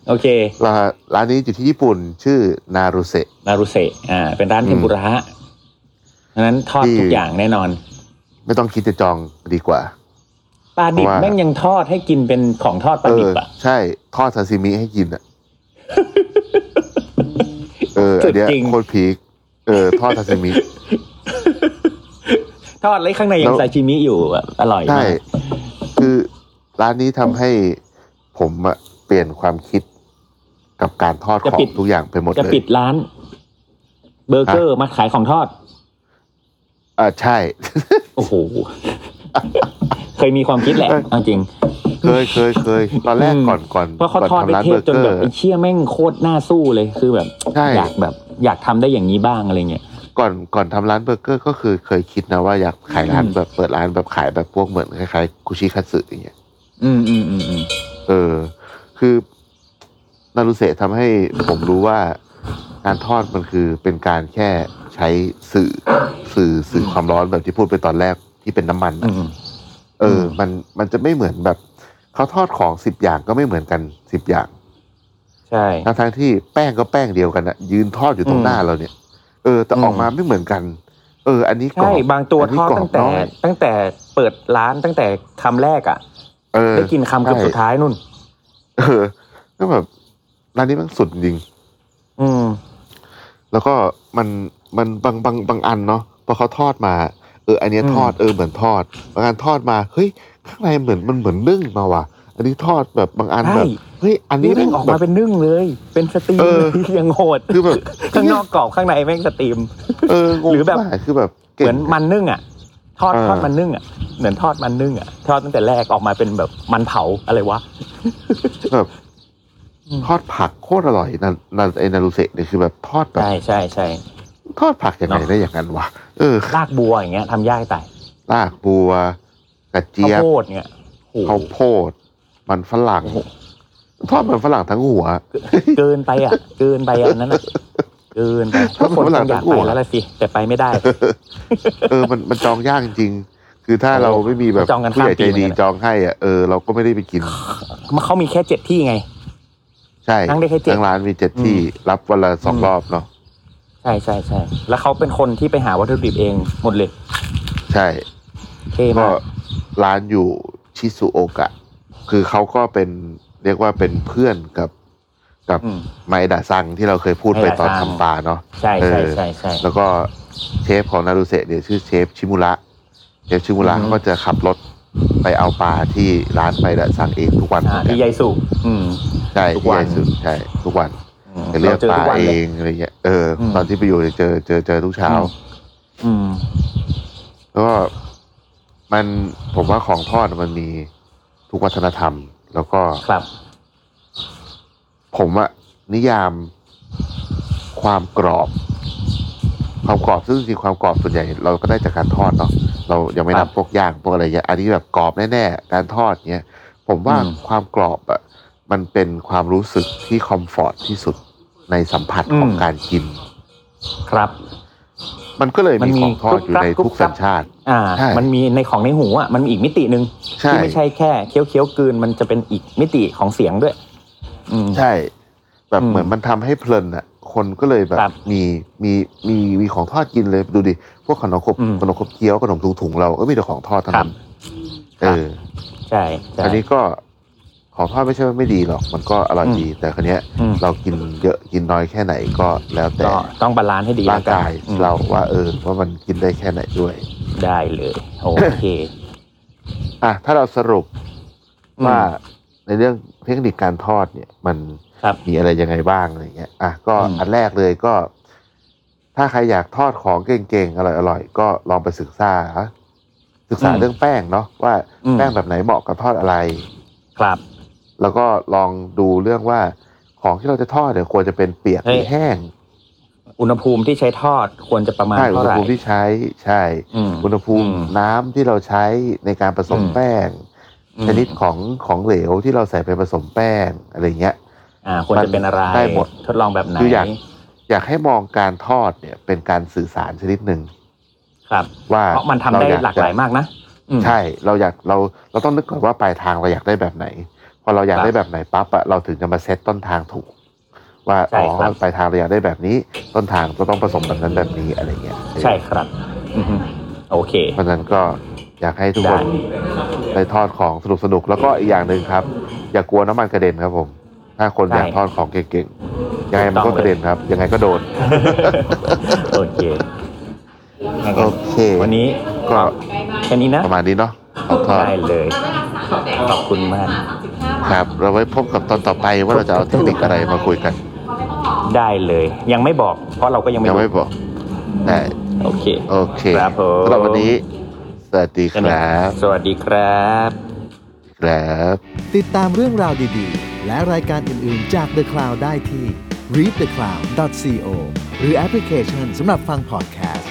Speaker 3: โอเค
Speaker 4: ร้านร้านนี้อยู่ที่ญี่ปุ่นชื่อนารุเซ
Speaker 3: นารุเซะอ่า เป็นร้านเทมปุระดังนั้นทอด
Speaker 4: ที่
Speaker 3: ทุกอย่างแน่นอน
Speaker 4: ไม่ต้องคิดจะจองดีกว่า
Speaker 3: ปลาดิบ
Speaker 4: ว่า
Speaker 3: แม่งยังทอดให้กินเป็นของทอดปลาดิบอ่ะ
Speaker 4: เใช่ทอดซาซิมิให้กิน อ่ะ เอออันเนี้ย
Speaker 3: สุดจริง
Speaker 4: โคตรพีคเออ ทอดซาซิมิ
Speaker 3: ทอดแล้วข้างในยัง
Speaker 4: แล้ว
Speaker 3: ซาชิมิอยู่แบบอร่อยมา
Speaker 4: ใช่
Speaker 3: ก
Speaker 4: คือร้านนี้ทำให้ผมอะเปลี่ยนความคิดกับการทอดข
Speaker 3: จะ
Speaker 4: อง
Speaker 3: ปิด
Speaker 4: ทุกอย่างไปหมด
Speaker 3: จะ
Speaker 4: เลย
Speaker 3: ปิดร้าน เบอร์เกอร์มาขายของทอด
Speaker 4: อ่าใช่
Speaker 3: โอ้โห เคยมีความคิดแหละเอาจริง
Speaker 4: เคยเคยเค ยตอนแรก
Speaker 3: อืม
Speaker 4: ก่อนก่อน
Speaker 3: เพราะเขา
Speaker 4: ก่
Speaker 3: ทอ
Speaker 4: อน
Speaker 3: ดไป
Speaker 4: ทำร้าน
Speaker 3: เท
Speaker 4: เบ
Speaker 3: พ
Speaker 4: อร์
Speaker 3: จน
Speaker 4: เกอ
Speaker 3: แบบ
Speaker 4: ร์
Speaker 3: ไอ้เชี่ยแม่งโคตรน่าสู้เลยคือแบบ
Speaker 4: ใช่
Speaker 3: อยากแบบ อยากทำได้อย่างนี้บ้างอะไรเงี้ย
Speaker 4: ก่อนก่อนทำร้านเบอร์เกอร์ ก็คือเคยคิดนะว่าอยากขายร้าน
Speaker 3: อืม
Speaker 4: แบบเปิดร้านแบบขายแบบพวกเหมือนคล้ายๆคุชิคัตสึอย่างเงี้ย
Speaker 3: อืมอืมอืมอืม
Speaker 4: เออ คือนารุเสะทำให้ผมรู้ว่าการทอดมันคือเป็นการแค่ใช้สื่อสื่อสื่อความร้อนแบบที่พูดไปตอนแรกที่เป็นน้ำมัน
Speaker 3: อื
Speaker 4: อะ
Speaker 3: ม
Speaker 4: เอออ
Speaker 3: ม
Speaker 4: มันมันจะไม่เหมือนแบบเขาทอดของสิบอย่างก็ไม่เหมือนกันสิบอย่าง
Speaker 3: ใช่
Speaker 4: ทั้งทที่แป้งก็แป้งเดียวกันนะยืนทอดอยู่ตร
Speaker 3: อื
Speaker 4: ง
Speaker 3: ม
Speaker 4: หน้าเราเนี่ย เออ แต่ออก
Speaker 3: อืม
Speaker 4: มาไม่เหมือนกัน เออ อันนี้กร
Speaker 3: ใช่
Speaker 4: อบบ
Speaker 3: างตัวทอด
Speaker 4: นนี้กรบ
Speaker 3: ตั้งแต่
Speaker 4: น้อย
Speaker 3: ตั้งแต่เปิดร้านตั้งแต่คำแรกอ่ะ
Speaker 4: เออ
Speaker 3: ได้กินคำเกือบ
Speaker 4: ใช่
Speaker 3: สุดท้ายนู่น
Speaker 4: เออก็แบบร้านนี้มันสุดจริง
Speaker 3: อืม
Speaker 4: แล้วก็มันมันบางบางบางอันเนาะพอเขาทอดมา เออ อันเนี้ย
Speaker 3: อืม
Speaker 4: ทอดเออเหมือนทอด บางอันทอดมาเฮ้ยข้างในเหมือนมันเหมือนนึ่งมาว่ะ อันนี้ทอดแบบบางอัน
Speaker 3: ใช่
Speaker 4: แบบเฮ้ยอันนี้
Speaker 3: นี่แม่งออกมา
Speaker 4: แบบ
Speaker 3: เป็นนึ่งเลย เป็นสตรีม
Speaker 4: เออ
Speaker 3: เลย ยังโหด
Speaker 4: คือแบบ
Speaker 3: ข้างนอกกรอบข้างในแม่งสตรีม
Speaker 4: เอองง
Speaker 3: หรือแบบ
Speaker 4: มากคือแบบ
Speaker 3: เห
Speaker 4: เก่ง
Speaker 3: มือนมันนึ่งอ่ะ ทอด
Speaker 4: เออ
Speaker 3: ทอดมันนึ่งอ่ะเหมือนทอดมันนึ่งอ่ะทอดตั้งแต่แรกออกมาเป็นแบบมันเผาอะไรวะ
Speaker 4: แบบ
Speaker 3: อืม
Speaker 4: ทอดผักโคตรอร่อยนันนันไอนารุเซะเนี่ยคือแบบทอดแบบ
Speaker 3: ใช่ใช่ใช่
Speaker 4: ทอดผักยังไง
Speaker 3: เนอะ
Speaker 4: ได้อย่างนั้นวะเออ
Speaker 3: รากบัวอย่างเงี้ยทำยากตาย
Speaker 4: รากบัวกระ
Speaker 3: ข้าว
Speaker 4: เจี๊ยบ
Speaker 3: โพดเนี่ยโอ้โห
Speaker 4: ข้าวโพด มันฝรั่งทอดมันฝรั่งทั้งหัว
Speaker 3: เกินไปอ่ะ เกินไปอ่ะอันนั้น อ่ะเกินไปทุกคนคงอยากไปแล้วล่ะสิแต่ไปไม่ได้
Speaker 4: เออ มัน มันจองยากจริงๆ คือถ้า
Speaker 3: เออ
Speaker 4: เราไม่มีแบบ
Speaker 3: จองกัน
Speaker 4: ผู้ใหญ่
Speaker 3: ข้ามปี
Speaker 4: ใจดี
Speaker 3: เหมือนกัน
Speaker 4: จองให้อ่ะ เออ เราก็ไม่ได้ไปกิน
Speaker 3: มันเขามีแค่เจ็ดที่ไง
Speaker 4: ใช่
Speaker 3: นั่งได้แค่เจ็ด
Speaker 4: ทั้งร้านมีเจ็ดที่
Speaker 3: อื
Speaker 4: รับวันละสอง
Speaker 3: อืม
Speaker 4: รอบเนาะ
Speaker 3: ใช่ใช่ใช่แล้วเขาเป็นคนที่ไปหาวัตถุดิบเองหมดเลย
Speaker 4: ใช่
Speaker 3: เท่
Speaker 4: ก็
Speaker 3: มาก
Speaker 4: ร้านอยู่ชิซุโอกะ คือเขาก็เป็นเรียกว่าเป็นเพื่อนกับกับ
Speaker 3: อืม
Speaker 4: ไมดะซังที่เราเคยพูดไปตอน
Speaker 3: ไมดะซัง
Speaker 4: ทำปลาเนาะ
Speaker 3: ใช่ใช่ใช่ใช่
Speaker 4: แล้วก็เชฟของนารุเซะเนี่ยชื่อเชฟชิมุระเชฟชิมุระ
Speaker 3: อือฮึ
Speaker 4: ก็จะขับรถไปเอาปลาที่ร้านไปดะซังเองทุกวันเห
Speaker 3: อ่า
Speaker 4: มือนกัน
Speaker 3: พี่ยายสุอืม
Speaker 4: ใช่
Speaker 3: ทุก
Speaker 4: ที่
Speaker 3: วัน
Speaker 4: ใหญ่สุดใช่ทุกวัน
Speaker 3: ม
Speaker 4: ไปเลือก
Speaker 3: จ
Speaker 4: ปลา
Speaker 3: ทุวัน
Speaker 4: เอ
Speaker 3: ลย
Speaker 4: งอะไรเงี้ยเอออ
Speaker 3: ม
Speaker 4: ตอนที่ไปอยู่เนี่ยเจอเจอเจอทุกเช้า
Speaker 3: อืม อืม
Speaker 4: แล้วก็มันผมว่าของทอดมันมีทุกวัฒนธรรม แล้วก็
Speaker 3: ครับ
Speaker 4: ผมอะนิยามความกรอบ ความกรอบซึ่งจริงๆความกรอบส่วนใหญ่ เราก็ได้จากการทอดเนาะเรายังไม่
Speaker 3: ครั
Speaker 4: นั
Speaker 3: บบ
Speaker 4: พวกย่างพวกอะไรอย่างเงี้ยอันนี้แบบกรอบแน่ๆการทอดเนี้ยผมว่า
Speaker 3: อืม
Speaker 4: ความกรอบอะมันเป็นความรู้สึกที่คอมฟอร์ตที่สุดในสัมผัสของการกิน
Speaker 3: ครับ
Speaker 4: มันก็เลย
Speaker 3: มันมี
Speaker 4: มีของทอดอยู่ใน
Speaker 3: กรุ๊
Speaker 4: ทุ
Speaker 3: ป
Speaker 4: ก
Speaker 3: กรั
Speaker 4: สั
Speaker 3: บ
Speaker 4: ญชาติ
Speaker 3: อ่า
Speaker 4: ใช่
Speaker 3: มันมีในของในหูอ่ะ มันมีอีกมิติหนึ่ง
Speaker 4: ใช่
Speaker 3: ที่ไม่ใช่แค่เคี้ยวเคี้ยวๆกลืนมันจะเป็นอีกมิติของเสียงด้วย อืม
Speaker 4: ใช่ แบบ
Speaker 3: อืม
Speaker 4: เหมือนมันทำให้เพลินอ่ะ คนก็เลยแบบ
Speaker 3: ครับ
Speaker 4: มีมีมีมีของทอดกินเลยดูดิพวกขนมขบ
Speaker 3: อืม
Speaker 4: ขนมขบเคี้ยวขนมถุงถุงๆเราก็มีแต่ของทอดเท่านั้น
Speaker 3: ครับ
Speaker 4: เออ
Speaker 3: ใช่ใช่
Speaker 4: อันนี้ก็ของทอดไม่ใช่ว่าไม่ดีหรอก มันก็อร่อยดี แต่ครั้เนี้ย
Speaker 3: อืม
Speaker 4: เรากินเยอะกินน้อยแค่ไหนก็แล้วแต่
Speaker 3: ก็ต้องบาลานซ์ให้ดี
Speaker 4: ร่าง
Speaker 3: แล้วน
Speaker 4: กาย
Speaker 3: อืม
Speaker 4: เราว่าเออว่ามันกินได้แค่ไหนด้วย
Speaker 3: ได้เลยโอเค
Speaker 4: อ่ะถ้าเราสรุป
Speaker 3: อืม
Speaker 4: ว่าในเรื่องเทคนิคการทอดเนี่ย มัน
Speaker 3: ครับ
Speaker 4: มีอะไรยังไงบ้างอะไรเงี้ยอ่ะก็
Speaker 3: อืม
Speaker 4: อันแรกเลยก็ ถ้าใครอยากทอดของเก่งๆ อร่อยๆ ก็ลองไปศึกษา ศึกษาเรื่องแป้งเนาะว่า
Speaker 3: อืม
Speaker 4: แป้งแบบไหนเหมาะกับทอดอะไร
Speaker 3: ครับ
Speaker 4: แล้วก็ลองดูเรื่องว่าของที่เราจะทอดเนี่ยควรจะเป็นเปียกหรือ
Speaker 3: เฮ้ย
Speaker 4: แห้ง
Speaker 3: อุณหภูมิที่ใช้ทอดควรจะประมาณ
Speaker 4: ใช่อุ
Speaker 3: เท่า
Speaker 4: ณห
Speaker 3: ไหร่
Speaker 4: ภูมิที่ใช้ใช่
Speaker 3: อืม
Speaker 4: อุณหภูมิ
Speaker 3: อืม
Speaker 4: น้ำที่เราใช้ในการผสม
Speaker 3: อืม
Speaker 4: แป้ง
Speaker 3: อืม
Speaker 4: ชนิดของของเหลวที่เราใส่ไปผสมแป้งอะไรเงี้ย
Speaker 3: อ่า ควรจะเป็นอะไร
Speaker 4: ได้หมด
Speaker 3: ทดลองแบบไหน
Speaker 4: คืออยากอยากให้มองการทอดเนี่ยเป็นการสื่อสารชนิดหนึ่ง
Speaker 3: ครับ
Speaker 4: ว่า
Speaker 3: เพราะมันทำได้
Speaker 4: เรอ
Speaker 3: หลากหลาย
Speaker 4: จะ
Speaker 3: มากนะอืม
Speaker 4: ใช่ เราอยากเราเราต้องนึกก่อนว่าปลายทางเราอยากได้แบบไหน พอเราอยาก
Speaker 3: ครับ
Speaker 4: ได้แบบไหนปั๊บอะเราถึงจะมาเซตต้นทางถูก ว่า
Speaker 3: ใช่
Speaker 4: อ๋อ
Speaker 3: ครับ
Speaker 4: ปลายทางเราอยากได้แบบนี้ ต้นทางเราต้องผสมแบบนั้นแบบนี้อะไรเงี้ย
Speaker 3: ใช่ครับอืมโอ เค
Speaker 4: เพราะฉะนั้นก็อยากให้ทุกคน
Speaker 3: ได้
Speaker 4: ไปทอดของสนุกสนุกๆแล้วก็อีกอย่างหนึ่งครับ อย่ากลัวน้ำมันกระเด็นครับผม ถ้าคนอยากทอดของเก่งๆยังไงมันก็กระเด็นครับ ยังไงก็โดน
Speaker 3: โอเค
Speaker 4: โอเค
Speaker 3: วันนี้
Speaker 4: ก็
Speaker 3: แค่นี้นะ
Speaker 4: ประมาณนี้เนาะของทอด
Speaker 3: ได้เลย ขอบคุณมาก
Speaker 4: ครับ เราไว้พบกับตอนต่อไปว่าเราจะเอาเทคนิคอะไรมาคุยกัน
Speaker 3: ได้เลย ยังไม่บอก เพราะเราก็ยังไม่
Speaker 4: ยังไม่
Speaker 3: รู้
Speaker 4: บอกแต่
Speaker 3: โอเค
Speaker 4: โอเค
Speaker 3: ครับผม
Speaker 4: สำหรับวันนี้ สวัสดีครับ
Speaker 3: สวัสดีครับ
Speaker 4: ครับ
Speaker 1: ติดตามเรื่องราวดีๆ และรายการอื่นๆจาก The Cloud ได้ที่ readthecloud.co หรือแอปพลิเคชันสำหรับฟัง podcast